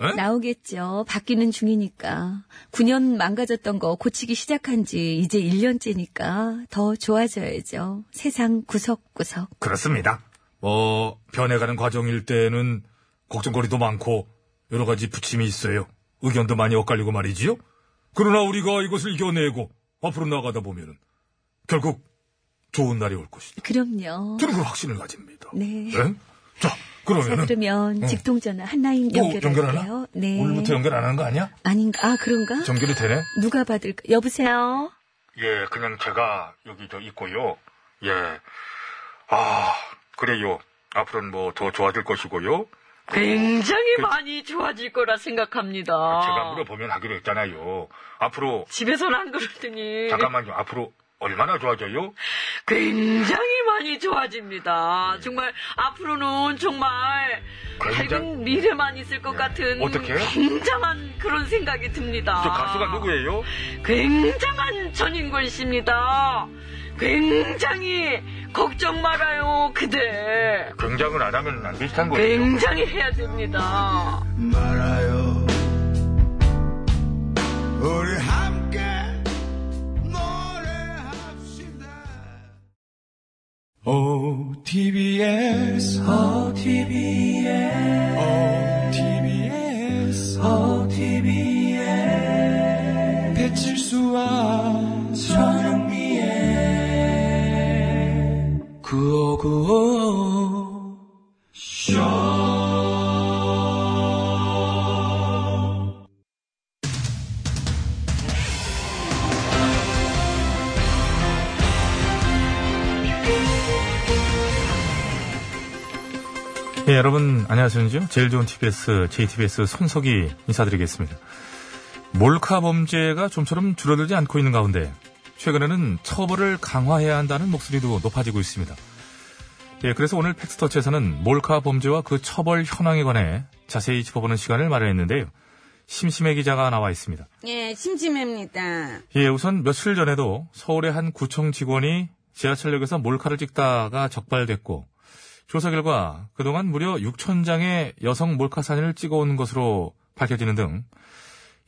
Speaker 1: 에?
Speaker 10: 나오겠죠. 바뀌는 중이니까. 9년 망가졌던 거 고치기 시작한 지 이제 1년째니까 더 좋아져야죠. 세상 구석구석.
Speaker 1: 그렇습니다. 뭐 변해가는 과정일 때는 걱정거리도 많고 여러 가지 부침이 있어요. 의견도 많이 엇갈리고 말이지요. 그러나 우리가 이것을 이겨내고 앞으로 나아가다 보면은 결국 좋은 날이 올 것이다.
Speaker 10: 그럼요.
Speaker 1: 저는 그 확신을 가집니다.
Speaker 10: 네.
Speaker 1: 네? 자,
Speaker 10: 자,
Speaker 3: 아,
Speaker 1: 그러면은
Speaker 10: 그러면
Speaker 1: 응.
Speaker 10: 직통전화 한라인
Speaker 1: 또
Speaker 10: 연결할게요.
Speaker 1: 연결하나?
Speaker 10: 네.
Speaker 1: 오늘부터 연결 안 하는 거 아니야?
Speaker 10: 아닌가? 아, 그런가?
Speaker 1: 연결이 되네.
Speaker 10: 누가 받을까? 여보세요?
Speaker 1: 예, 그냥 제가 여기 저 있고요. 예. 아, 그래요. 앞으로는 뭐 더 좋아질 것이고요.
Speaker 3: 굉장히
Speaker 1: 그-
Speaker 3: 많이 좋아질 거라 생각합니다.
Speaker 1: 제가 물어보면 하기로 했잖아요. 앞으로
Speaker 3: 집에서는 안 그랬더니
Speaker 1: 잠깐만요. 앞으로 얼마나 좋아져요?
Speaker 3: 굉장히 많이 좋아집니다. 정말 앞으로는 정말
Speaker 1: 예. 굉장-
Speaker 3: 밝은 미래만 있을 것 같은
Speaker 1: 예. 어떻게?
Speaker 3: 굉장한 그런 생각이 듭니다.
Speaker 1: 저 가수가 누구예요?
Speaker 3: 굉장한 전인권 씨입니다. 굉장히 걱정 말아요, 그대.
Speaker 1: 굉장을 안 하면 안 비슷한 거예요.
Speaker 3: 굉장히 해야 됩니다.
Speaker 4: 말아요 우리 함께 OTBS OTBS OTBS OTBS 배칠수와 전영미의 9595
Speaker 1: 예, 여러분 안녕하세요. 제일 좋은 TBS, JTBS 손석희 인사드리겠습니다. 몰카 범죄가 좀처럼 줄어들지 않고 있는 가운데 최근에는 처벌을 강화해야 한다는 목소리도 높아지고 있습니다. 예, 그래서 오늘 팩스터치에서는 몰카 범죄와 그 처벌 현황에 관해 자세히 짚어보는 시간을 마련했는데요. 심심해 기자가 나와 있습니다.
Speaker 13: 예, 심심합니다.
Speaker 1: 예, 우선 며칠 전에도 서울의 한 구청 직원이 지하철역에서 몰카를 찍다가 적발됐고 조사 결과 그동안 무려 6천 장의 여성 몰카 사진을 찍어온 것으로 밝혀지는 등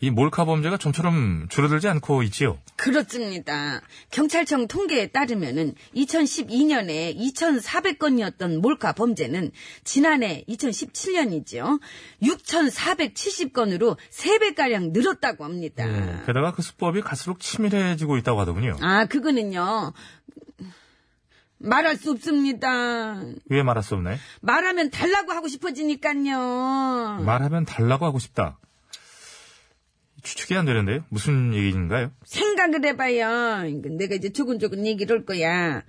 Speaker 1: 이 몰카 범죄가 좀처럼 줄어들지 않고 있지요.
Speaker 13: 그렇습니다. 경찰청 통계에 따르면은 2012년에 2,400건이었던 몰카 범죄는 지난해 2017년이죠. 6,470건으로 3배가량 늘었다고 합니다.
Speaker 3: 네.
Speaker 1: 게다가 그 수법이 갈수록 치밀해지고 있다고 하더군요.
Speaker 13: 아, 그거는요. 말할 수 없습니다.
Speaker 1: 왜 말할 수 없나요?
Speaker 13: 말하면 달라고 하고 싶어지니까요.
Speaker 1: 말하면 달라고 하고 싶다. 추측이 안 되는데요. 무슨 얘기인가요?
Speaker 13: 생각을 해봐요. 이거 내가 이제 조근조근 얘기를 할 거야.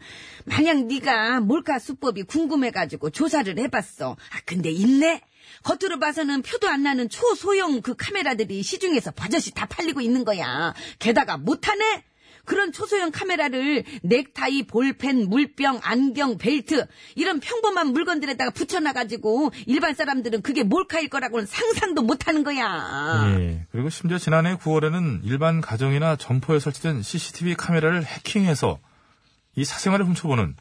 Speaker 13: 만약 네가 몰카 수법이 궁금해가지고 조사를 해봤어. 아 근데 있네. 겉으로 봐서는 표도 안 나는 초소형 그 카메라들이 시중에서 버젓이 다 팔리고 있는 거야. 게다가 못하네. 그런 초소형 카메라를 넥타이, 볼펜, 물병, 안경, 벨트 이런 평범한 물건들에다가 붙여놔가지고 일반 사람들은 그게 몰카일 거라고는 상상도 못하는 거야.
Speaker 1: 예. 그리고 심지어 지난해 9월에는 일반 가정이나 점포에 설치된 CCTV 카메라를 해킹해서 이 사생활을 훔쳐보는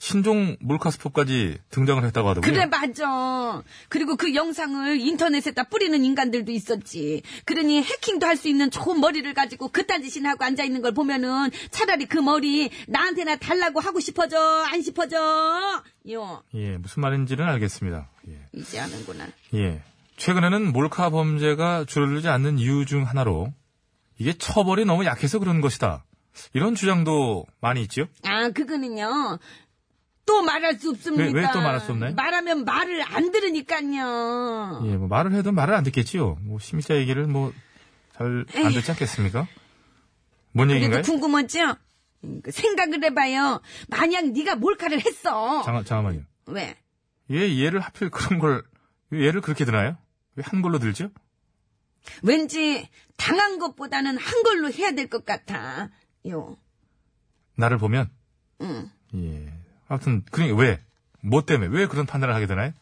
Speaker 1: 신종 몰카스포까지 등장을 했다고 하더군요.
Speaker 13: 그래 맞아. 그리고 그 영상을 인터넷에다 뿌리는 인간들도 있었지. 그러니 해킹도 할 수 있는 좋은 머리를 가지고 그딴 짓이나 하고 앉아 있는 걸 보면은 차라리 그 머리 나한테나 달라고 하고 싶어져 안 싶어져. 요
Speaker 1: 예, 무슨 말인지는 알겠습니다. 예.
Speaker 13: 이제 아는구나.
Speaker 1: 예. 최근에는 몰카 범죄가 줄어들지 않는 이유 중 하나로 이게 처벌이 너무 약해서 그런 것이다. 이런 주장도 많이 있지요.
Speaker 13: 아 그거는요. 또 말할 수 없습니다.
Speaker 1: 왜- 왜또 말할 수 없나요?
Speaker 13: 말하면 말을 안 들으니까요.
Speaker 1: 예, 뭐 말을 해도 말을 안 듣겠지요. 뭐 심의자 얘기를 뭐 잘 안 듣지 않겠습니까? 뭔 얘기인가요?
Speaker 13: 그래도 궁금하죠? 음, 그 생각을 해봐요. 만약 네가 몰카를 했어.
Speaker 1: 잠깐, 잠깐만요.
Speaker 13: 왜?
Speaker 1: 예, 얘를 하필 그런 걸, 왜 얘를 그렇게 드나요? 왜 한글로 들죠?
Speaker 13: 왠지 당한 것보다는 한 걸로 해야 될 것 같아. 요.
Speaker 1: 나를 보면?
Speaker 13: 응.
Speaker 1: 예. 아무튼, 그러니까 왜? 뭐 때문에? 왜 그런 판단을 하게 되나요?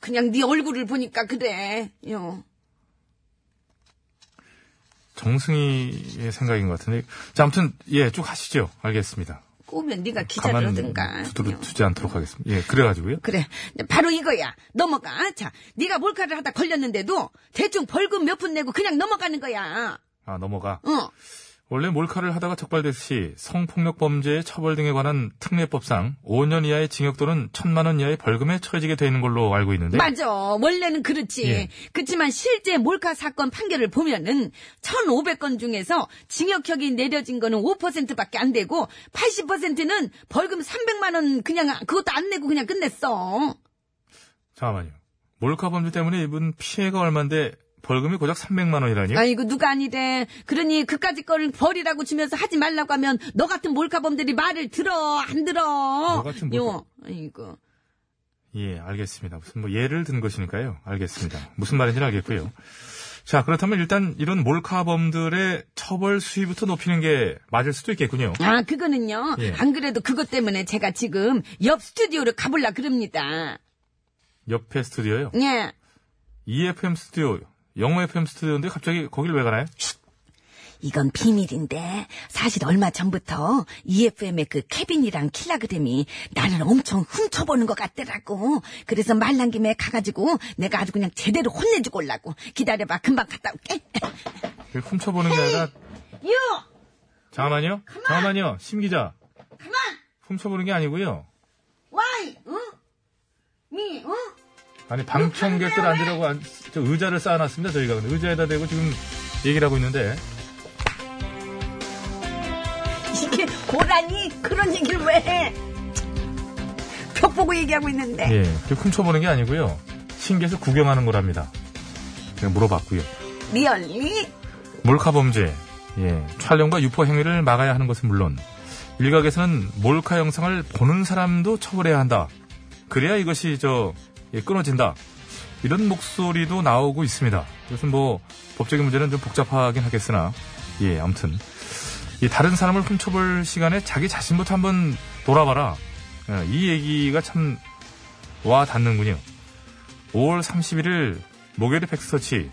Speaker 13: 그냥 네 얼굴을 보니까 그래. 요.
Speaker 1: 정승희의 생각인 것 같은데. 자, 아무튼, 예, 쭉 하시죠. 알겠습니다.
Speaker 13: 꼬우면 네가 기자를
Speaker 1: 가만
Speaker 13: 하든가. 네.
Speaker 1: 두드려 두지 않도록 하겠습니다. 예, 그래가지고요.
Speaker 13: 그래. 바로 이거야. 넘어가. 자, 네가 몰카를 하다 걸렸는데도 대충 벌금 몇 푼 내고 그냥 넘어가는 거야.
Speaker 1: 아 넘어가.
Speaker 13: 어.
Speaker 1: 원래 몰카를 하다가 적발됐시 성폭력 범죄의 처벌 등에 관한 특례법상 5년 이하의 징역 또는 1천만 원 이하의 벌금에 처해지게 돼 있는 걸로 알고 있는데
Speaker 13: 맞아. 원래는 그렇지.
Speaker 1: 네? 예.
Speaker 13: 그렇지만 실제 몰카 사건 판결을 보면은 1,500건 중에서 징역형이 내려진 거는 5%밖에 안 되고 80%는 벌금 300만 원 그냥 그것도 안 내고 그냥 끝냈어.
Speaker 1: 잠깐만요. 몰카 범죄 때문에 입은 피해가 얼마인데 벌금이 고작 300만 원이라니요?
Speaker 13: 아이고 누가 아니래. 그러니 그까짓 거를 벌이라고 주면서 하지 말라고 하면 너 같은 몰카범들이 말을 들어 안 들어. 너
Speaker 1: 같은 몰카-
Speaker 13: 어, 아이고.
Speaker 1: 예, 알겠습니다. 무슨 뭐 예를 든 것이니까요. 알겠습니다. 무슨 말인지는 알겠고요. 자, 그렇다면 일단 이런 몰카범들의 처벌 수위부터 높이는 게 맞을 수도 있겠군요.
Speaker 13: 아, 그거는요.
Speaker 1: 예.
Speaker 13: 안 그래도 그것 때문에 제가 지금 옆 스튜디오를 가볼라 그럽니다.
Speaker 1: 옆에 스튜디오요.
Speaker 13: 예.
Speaker 1: EFM 스튜디오, 영어 FM 스튜디오인데 갑자기 거길 왜 가나요?
Speaker 13: 이건 비밀인데 사실 얼마 전부터 EFM의 그 케빈이랑 킬라그램이 나를 엄청 훔쳐보는 것 같더라고. 그래서 말 난 김에 가가지고 내가 아주 그냥 제대로 혼내주고 올라고. 기다려봐. 금방 갔다 올게. *laughs*
Speaker 1: 그 훔쳐보는 게 아니라
Speaker 13: 유!
Speaker 1: 잠깐만요. 잠깐만요. 심 기자.
Speaker 13: 가만!
Speaker 1: 훔쳐보는 게 아니고요.
Speaker 13: 와이! 응? 미! 응?
Speaker 1: 아니 방청객들 앉으라고 앉- 저 의자를 쌓아놨습니다. 저희가 근데 의자에다 대고 지금 얘기를 하고 있는데
Speaker 13: 이게 고라니 그런 얘기를 왜 해? 벽 보고 얘기하고 있는데.
Speaker 1: 예, 그 훔쳐보는 게 아니고요. 신기해서 구경하는 거랍니다. 제가 물어봤고요.
Speaker 13: 리얼리?
Speaker 1: 몰카 범죄, 예, 촬영과 유포 행위를 막아야 하는 것은 물론 일각에서는 몰카 영상을 보는 사람도 처벌해야 한다. 그래야 이것이 저 예, 끊어진다. 이런 목소리도 나오고 있습니다. 이것은 뭐 법적인 문제는 좀 복잡하긴 하겠으나 예, 아무튼 이 다른 사람을 훔쳐볼 시간에 자기 자신부터 한번 돌아봐라. 예, 이 얘기가 참 와 닿는군요. 5월 31일 목요일 팩스터치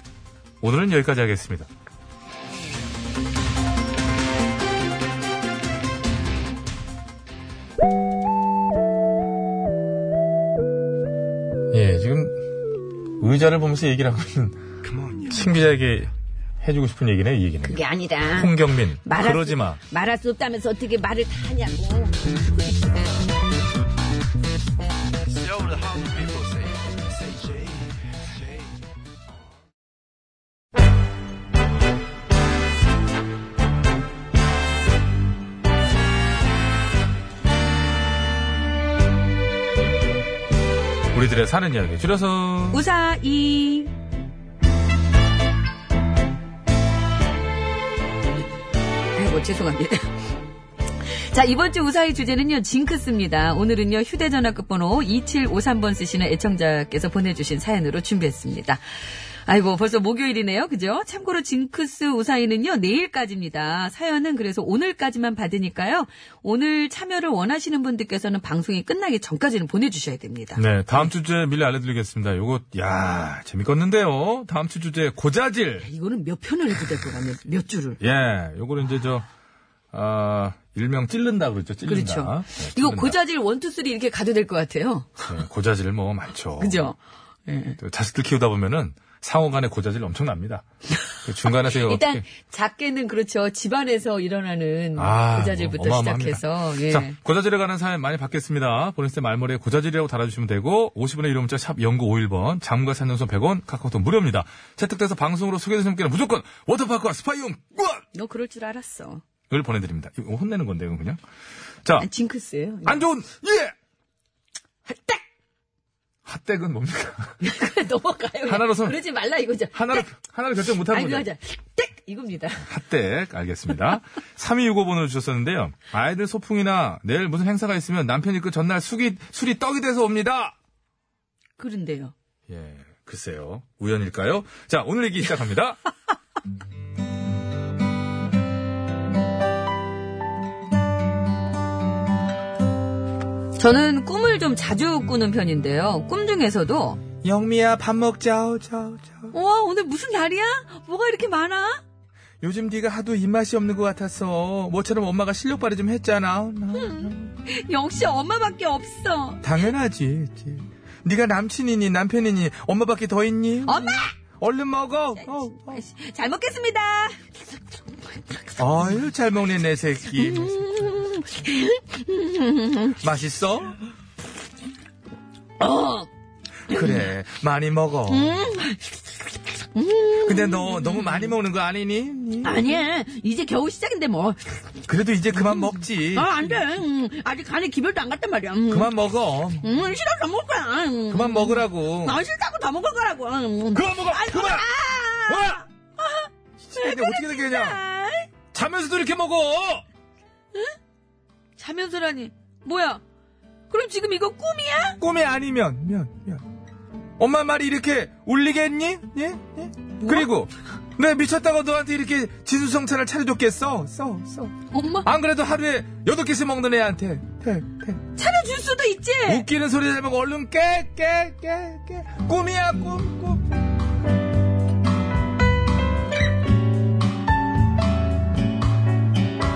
Speaker 1: 오늘은 여기까지 하겠습니다. 예, 지금 의자를 보면서 얘기를 하고 있는 신기자에게 해주고 싶은 얘기네, 이 얘기는.
Speaker 13: 그게 아니라.
Speaker 1: 홍경민,
Speaker 13: 말할
Speaker 1: 그러지
Speaker 13: 수-
Speaker 1: 마.
Speaker 13: 말할 수 없다면서 어떻게 말을 다 하냐고.
Speaker 1: 우리들의 사는 이야기 줄여서
Speaker 3: 우사이. 아이고, 죄송합니다. 자, 이번 주 우사의 주제는요, 징크스입니다. 오늘은요, 휴대전화 끝번호 2753번 쓰시는 애청자께서 보내주신 사연으로 준비했습니다. 아이고, 벌써 목요일이네요. 그죠? 참고로 징크스 우사이는요, 내일까지입니다. 사연은 그래서 오늘까지만 받으니까요, 오늘 참여를 원하시는 분들께서는 방송이 끝나기 전까지는 보내주셔야 됩니다.
Speaker 1: 네, 다음 주 주제 미리 알려드리겠습니다. 요거, 야 재밌겠는데요? 다음 주 주제, 고자질!
Speaker 3: 이거는 몇 편을 해도 될 것 같네요. 몇 줄을.
Speaker 1: 예, 요거는 이제 저, 아, 일명 찔른다 그러죠, 찔른다.
Speaker 3: 그렇죠.
Speaker 1: 네,
Speaker 3: 이거
Speaker 1: 찔른다.
Speaker 3: 고자질 원, 투, 쓰리 이렇게 가도 될 것 같아요.
Speaker 1: 네, 고자질 뭐 많죠.
Speaker 3: 그죠?
Speaker 1: 또 자식들 키우다 보면은 상호 간의 고자질 엄청납니다. 그 중간에서 이거
Speaker 3: 일단
Speaker 1: 어떻게-
Speaker 3: 작게는 그렇죠. 집안에서 일어나는
Speaker 1: 아,
Speaker 3: 음, 고자질부터
Speaker 1: 뭐 어마어마합니다.
Speaker 3: 시작해서 예.
Speaker 1: 자, 고자질에 관한 사연 많이 받겠습니다. 보냈을 때 말머리에 고자질이라고 달아주시면 되고, 50원의 이름 문자 샵 0951번, 장과 산정선 100원, 카카오톡 무료입니다. 채택돼서 방송으로 소개되신 분께는 무조건 워터파크와 스파이용
Speaker 3: 너 그럴 줄 알았어.
Speaker 1: 을 보내드립니다. 이거 혼내는 건데, 이건 그냥. 자,
Speaker 3: 아, 징크스예요.
Speaker 1: 안 좋은, 예! 핫댁! 핫댁은 뭡니까?
Speaker 3: *laughs*
Speaker 1: *laughs*
Speaker 3: 넘어가요.
Speaker 1: 하나로서-
Speaker 3: 그러지 말라 이거죠.
Speaker 1: 하나를, 하나를 결정 못하는
Speaker 3: 아이고
Speaker 1: 거죠.
Speaker 3: 하자. 땡 이겁니다.
Speaker 1: 핫댁, 알겠습니다. 3265번을 주셨었는데요. 아이들 소풍이나 내일 무슨 행사가 있으면 남편이 그 전날 숙이, 술이 떡이 돼서 옵니다!
Speaker 3: 그런데요.
Speaker 1: 예, 글쎄요. 우연일까요? 자, 오늘 얘기 시작합니다. *laughs*
Speaker 3: 저는 꿈을 좀 자주 꾸는 편인데요. 꿈 중에서도
Speaker 1: 영미야, 밥 먹자. 자, 자.
Speaker 3: 와 오늘 무슨 날이야? 뭐가 이렇게 많아?
Speaker 1: 요즘 네가 하도 입맛이 없는 것 같아서 모처럼 엄마가 실력 발휘 좀 했잖아. 어,
Speaker 3: 역시 엄마밖에 없어.
Speaker 1: 당연하지. 네가 남친이니 남편이니 엄마밖에 더 있니?
Speaker 3: 엄마!
Speaker 1: 얼른 먹어.
Speaker 3: 잘 먹겠습니다.
Speaker 1: 아유 잘 먹네 내 새끼. 맛있어? 그래 많이 먹어. 근데 너 너무 많이 먹는 거 아니니?
Speaker 3: 아니야. 이제 겨우 시작인데 뭐.
Speaker 1: 그래도 이제 그만 먹지.
Speaker 3: 아, 안 돼. 음, 아직 간에 기별도 안 갔단 말이야. 음.
Speaker 1: 예, 그만 먹어.
Speaker 3: 음, 싫어서 안 먹을 거야. 음.
Speaker 1: 그만 먹으라고.
Speaker 3: 나 싫다고 다 먹을 거라고. 음.
Speaker 1: 그만 먹어. 그만. 와! 어? 아, 진짜 이게 어떻게 된 거냐?
Speaker 3: 아,
Speaker 1: 자면서도 이렇게 먹어.
Speaker 3: 자면서라니. 뭐야? 그럼 지금 이거 꿈이야?
Speaker 1: 꿈이 아니면 면 면. 엄마 말이 이렇게 울리겠니? 예? 예?
Speaker 3: 뭐?
Speaker 1: 그리고 내 미쳤다고 너한테 이렇게 지수성찬을 차려줬겠어? 써, 써.
Speaker 3: 엄마
Speaker 1: 안 그래도 하루에 여덟 개씩 먹는 애한테.
Speaker 3: 네,
Speaker 1: 태, 태.
Speaker 3: 차려줄 수도 있지.
Speaker 1: 웃기는 소리 잘 말고 얼른 깨, 깨, 깨, 깨. 꿈이야, 꿈, 꿈.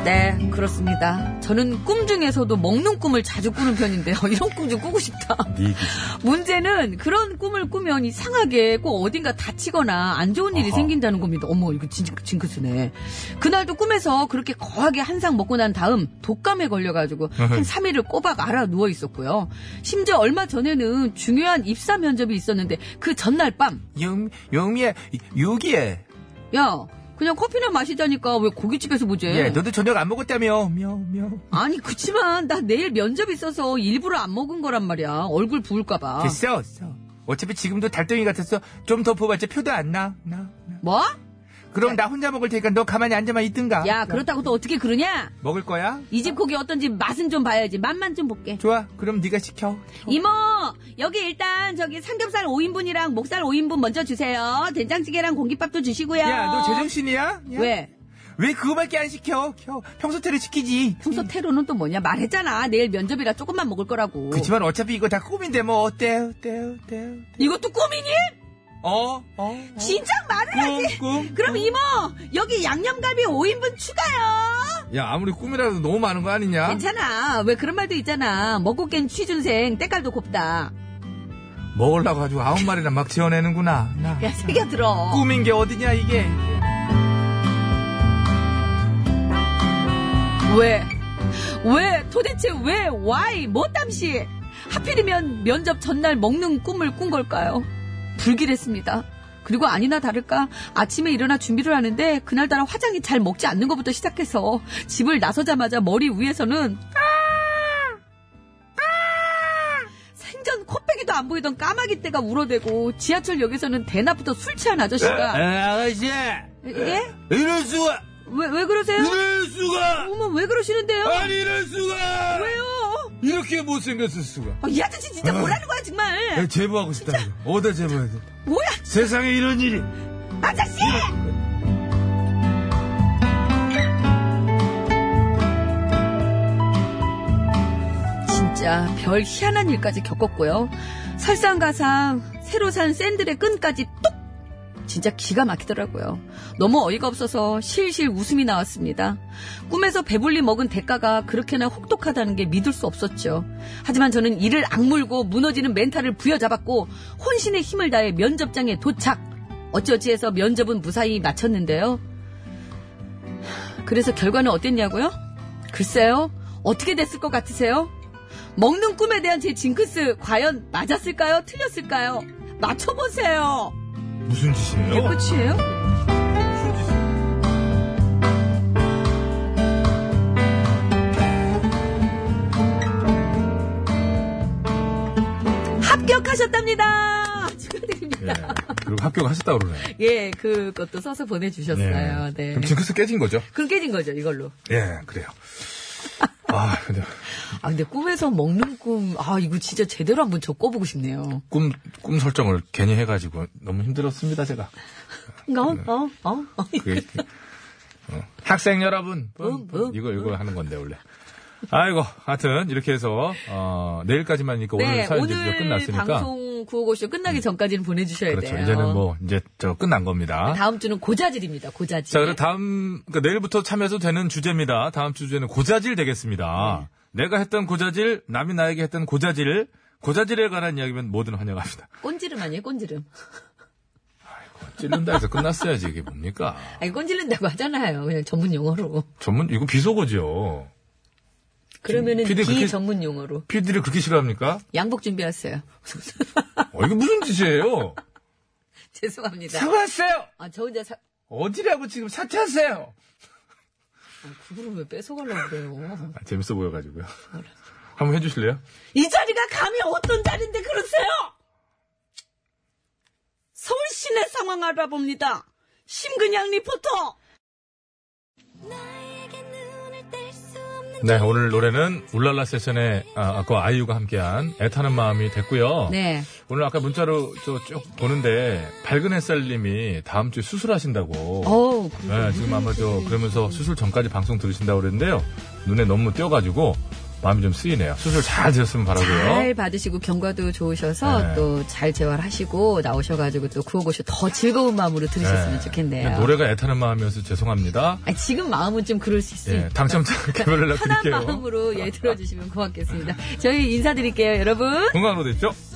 Speaker 3: 네, 그렇습니다. 저는 꿈 중에서도 먹는 꿈을 자주 꾸는 편인데요. *laughs* 이런 꿈 좀 꾸고 싶다. 문제는 그런 꿈을 꾸면 이상하게 꼭 어딘가 다치거나 안 좋은 일이 생긴다는 겁니다. 어머, 이거 진, 징크스네. 그날도 꿈에서 그렇게 거하게 한 상 먹고 난 다음 독감에 걸려가지고 한 3일을 꼬박 알아 누워 있었고요. 심지어 얼마 전에는 중요한 입사 면접이 있었는데 그 전날 밤,
Speaker 1: 용, 용미야, 요기에.
Speaker 3: 야, 그냥 커피나 마시자니까 왜 고깃집에서 보지?
Speaker 1: 예, 너도 저녁 안 먹었다며. 며, 며.
Speaker 3: 아니 그치만 나 내일 면접 있어서 일부러 안 먹은 거란 말이야 얼굴 부을까봐
Speaker 1: 아. 됐어, 써. 어차피 지금도 달덩이 같아서 좀 더 뽑았지 표도 안 나, 나, 나.
Speaker 3: 뭐?
Speaker 1: 그럼 나 혼자 먹을 테니까 너 가만히 앉아만 있든가.
Speaker 3: 야 그렇다고 또 어떻게 그러냐
Speaker 1: 먹을 거야?
Speaker 3: 이 집 고기 어떤지 맛은 좀 봐야지 맛만 좀 볼게
Speaker 1: 좋아. 그럼 네가 시켜.
Speaker 3: 이모 여기 일단 저기 삼겹살 5인분이랑 목살 5인분 먼저 주세요 된장찌개랑 공깃밥도 주시고요
Speaker 1: 야, 너 제정신이야? 야,
Speaker 3: 왜?
Speaker 1: 왜 그거밖에 안 시켜? 켜. 평소 때를 시키지.
Speaker 3: 풍소 테러는 또 뭐냐 말했잖아 내일 면접이라 조금만 먹을 거라고
Speaker 1: 그치만 어차피 이거 다 꿈인데 뭐 어때, 어때, 어때, 어때.
Speaker 3: 이것도 꿈이니?
Speaker 1: 어, 어, 어.
Speaker 3: 진작 말을 하지
Speaker 1: 꿈, 꿈.
Speaker 3: 그럼 이모 여기 양념갈비 5인분 추가요
Speaker 1: 야, 아무리 꿈이라도 너무 많은 거 아니냐?
Speaker 3: 괜찮아 왜 그런 말도 있잖아 먹고 깬 취준생 때깔도 곱다
Speaker 1: 먹으려고 가지고 아홉 마리나 막 지어내는구나. 나.
Speaker 3: 야 새겨들어
Speaker 1: 꿈인 게 어디냐, 이게.
Speaker 3: 왜? 왜? 도대체 왜? Why? 뭐 땀시? 하필이면 면접 전날 먹는 꿈을 꾼 걸까요? 불길했습니다. 그리고 아니나 다를까 아침에 일어나 준비를 하는데 그날따라 화장이 잘 먹지 않는 것부터 시작해서 집을 나서자마자 머리 위에서는 아! 생전 코빼기도 안 보이던 까마귀 떼가 울어대고 지하철역에서는 대낮부터 술 취한 아저씨가
Speaker 1: 아가씨,
Speaker 3: 예?
Speaker 1: 이럴 수가,
Speaker 3: 왜, 왜 그러세요?
Speaker 1: 이럴 수가,
Speaker 3: 어머 왜 그러시는데요?
Speaker 1: 아니 이럴 수가,
Speaker 3: 왜요?
Speaker 1: 이렇게 못생겼을 수가.
Speaker 3: 아, 이 아저씨 진짜 뭐라는 거야 정말
Speaker 1: 야, 제보하고 싶다. 이거. 어디다 제보해야 돼?
Speaker 3: 뭐야
Speaker 1: 세상에 이런 일이.
Speaker 3: 아저씨 진짜 별 희한한 일까지 겪었고요 설상가상 새로 산 샌들의 끈까지 뚝 진짜 기가 막히더라고요. 너무 어이가 없어서 실실 웃음이 나왔습니다. 꿈에서 배불리 먹은 대가가 그렇게나 혹독하다는 게 믿을 수 없었죠. 하지만 저는 이를 악물고 무너지는 멘탈을 부여잡았고 혼신의 힘을 다해 면접장에 도착. 어찌어찌해서 면접은 무사히 마쳤는데요. 그래서 결과는 어땠냐고요? 글쎄요. 어떻게 됐을 것 같으세요? 먹는 꿈에 대한 제 징크스 과연 맞았을까요? 틀렸을까요? 맞춰보세요.
Speaker 1: 무슨 짓이에요?
Speaker 3: 이게 끝이에요? 합격하셨답니다. 축하드립니다.
Speaker 1: 예. 그리고 합격하셨다고 그러네.
Speaker 3: 예, 그것도 써서 보내주셨어요. *laughs* 네.
Speaker 1: 그럼 징크스 깨진 거죠?
Speaker 3: 그럼 깨진 거죠, 이걸로.
Speaker 1: 예, 그래요. 아, 근데
Speaker 3: 아, 근데 꿈에서 먹는 꿈, 아, 이거 진짜 제대로 한번 저 꿔보고 싶네요.
Speaker 1: 꿈, 꿈 설정을 괜히 해가지고 너무 힘들었습니다, 제가.
Speaker 3: 어, 어, 어.
Speaker 1: 그게, 어. 학생 여러분, 뿜, 뿜. 이거, 이거 하는 건데, 원래. 아이고, 하여튼, 이렇게 해서, 어, 내일까지만이니까 오늘
Speaker 3: 네,
Speaker 1: 사연 준비가 끝났으니까. 음.
Speaker 3: 방송 방송 구호고쇼 끝나기 전까지는 보내주셔야
Speaker 1: 그렇죠.
Speaker 3: 돼요.
Speaker 1: 이제는 뭐 이제 저 끝난 겁니다.
Speaker 3: 그 다음 주는 고자질입니다. 고자질.
Speaker 1: 자, 그럼 다음 그러니까 내일부터 참여해도 되는 주제입니다. 다음 주 주제는 고자질 되겠습니다.
Speaker 3: 네.
Speaker 1: 내가 했던 고자질, 남이 나에게 했던 고자질, 고자질에 관한 이야기면 뭐든 환영합니다.
Speaker 3: 꼰지름 아니에요? 꼰지름.
Speaker 1: 찔른다 해서 끝났어야지 이게 뭡니까?
Speaker 3: 아니 꼰지른다고 하잖아요. 그냥 전문 용어로.
Speaker 1: 전문 이거 비속어죠.
Speaker 3: 그러면은
Speaker 1: PD 그렇게-
Speaker 3: 비전문 용어로.
Speaker 1: 피디를 그렇게 싫어합니까?
Speaker 3: 양복 준비했어요. *laughs*
Speaker 1: 어, 이게 무슨 짓이에요?
Speaker 3: 죄송합니다.
Speaker 1: 사과하세요.
Speaker 3: 아, 저 혼자 사.
Speaker 1: 네. 어디라고 지금 사퇴하세요.
Speaker 3: 아, 그거를 왜 뺏어가려고 그래요?
Speaker 1: 아, 재밌어 보여가지고요. 한번 해주실래요?
Speaker 14: 이 자리가 감히 어떤 자리인데 그러세요? 서울 시내 상황 알아봅니다. 심근양 리포터.
Speaker 1: 네, 오늘 노래는 울랄라 세션의 아, 아까 아이유가 함께한 애타는 마음이 됐고요.
Speaker 3: 네.
Speaker 1: 오늘 아까 문자로 저 쭉 보는데 밝은 햇살님이 다음 주에 수술하신다고.
Speaker 3: 어,
Speaker 1: 네, 지금 아마 저 그러면서 수술 전까지 방송 들으신다고 그랬는데요. 눈에 너무 띄어가지고 마음이 좀 쓰이네요. 수술 잘 되셨으면 바라고요.
Speaker 3: 잘 받으시고 경과도 좋으셔서
Speaker 1: 네.
Speaker 3: 또 잘 재활하시고 나오셔가지고 또 구호고쇼 더 즐거운 마음으로 들으셨으면
Speaker 1: 네.
Speaker 3: 좋겠네요.
Speaker 1: 노래가 애타는 마음이어서 죄송합니다.
Speaker 3: 아, 지금 마음은 좀 그럴 수 있어요.
Speaker 1: 예, 당첨자 개별을
Speaker 3: 그러니까 편한 예,
Speaker 1: 드릴게요.
Speaker 3: 마음으로 예 들어주시면 고맙겠습니다. 저희 인사드릴게요, 여러분.
Speaker 1: *laughs* 건강으로 됐죠?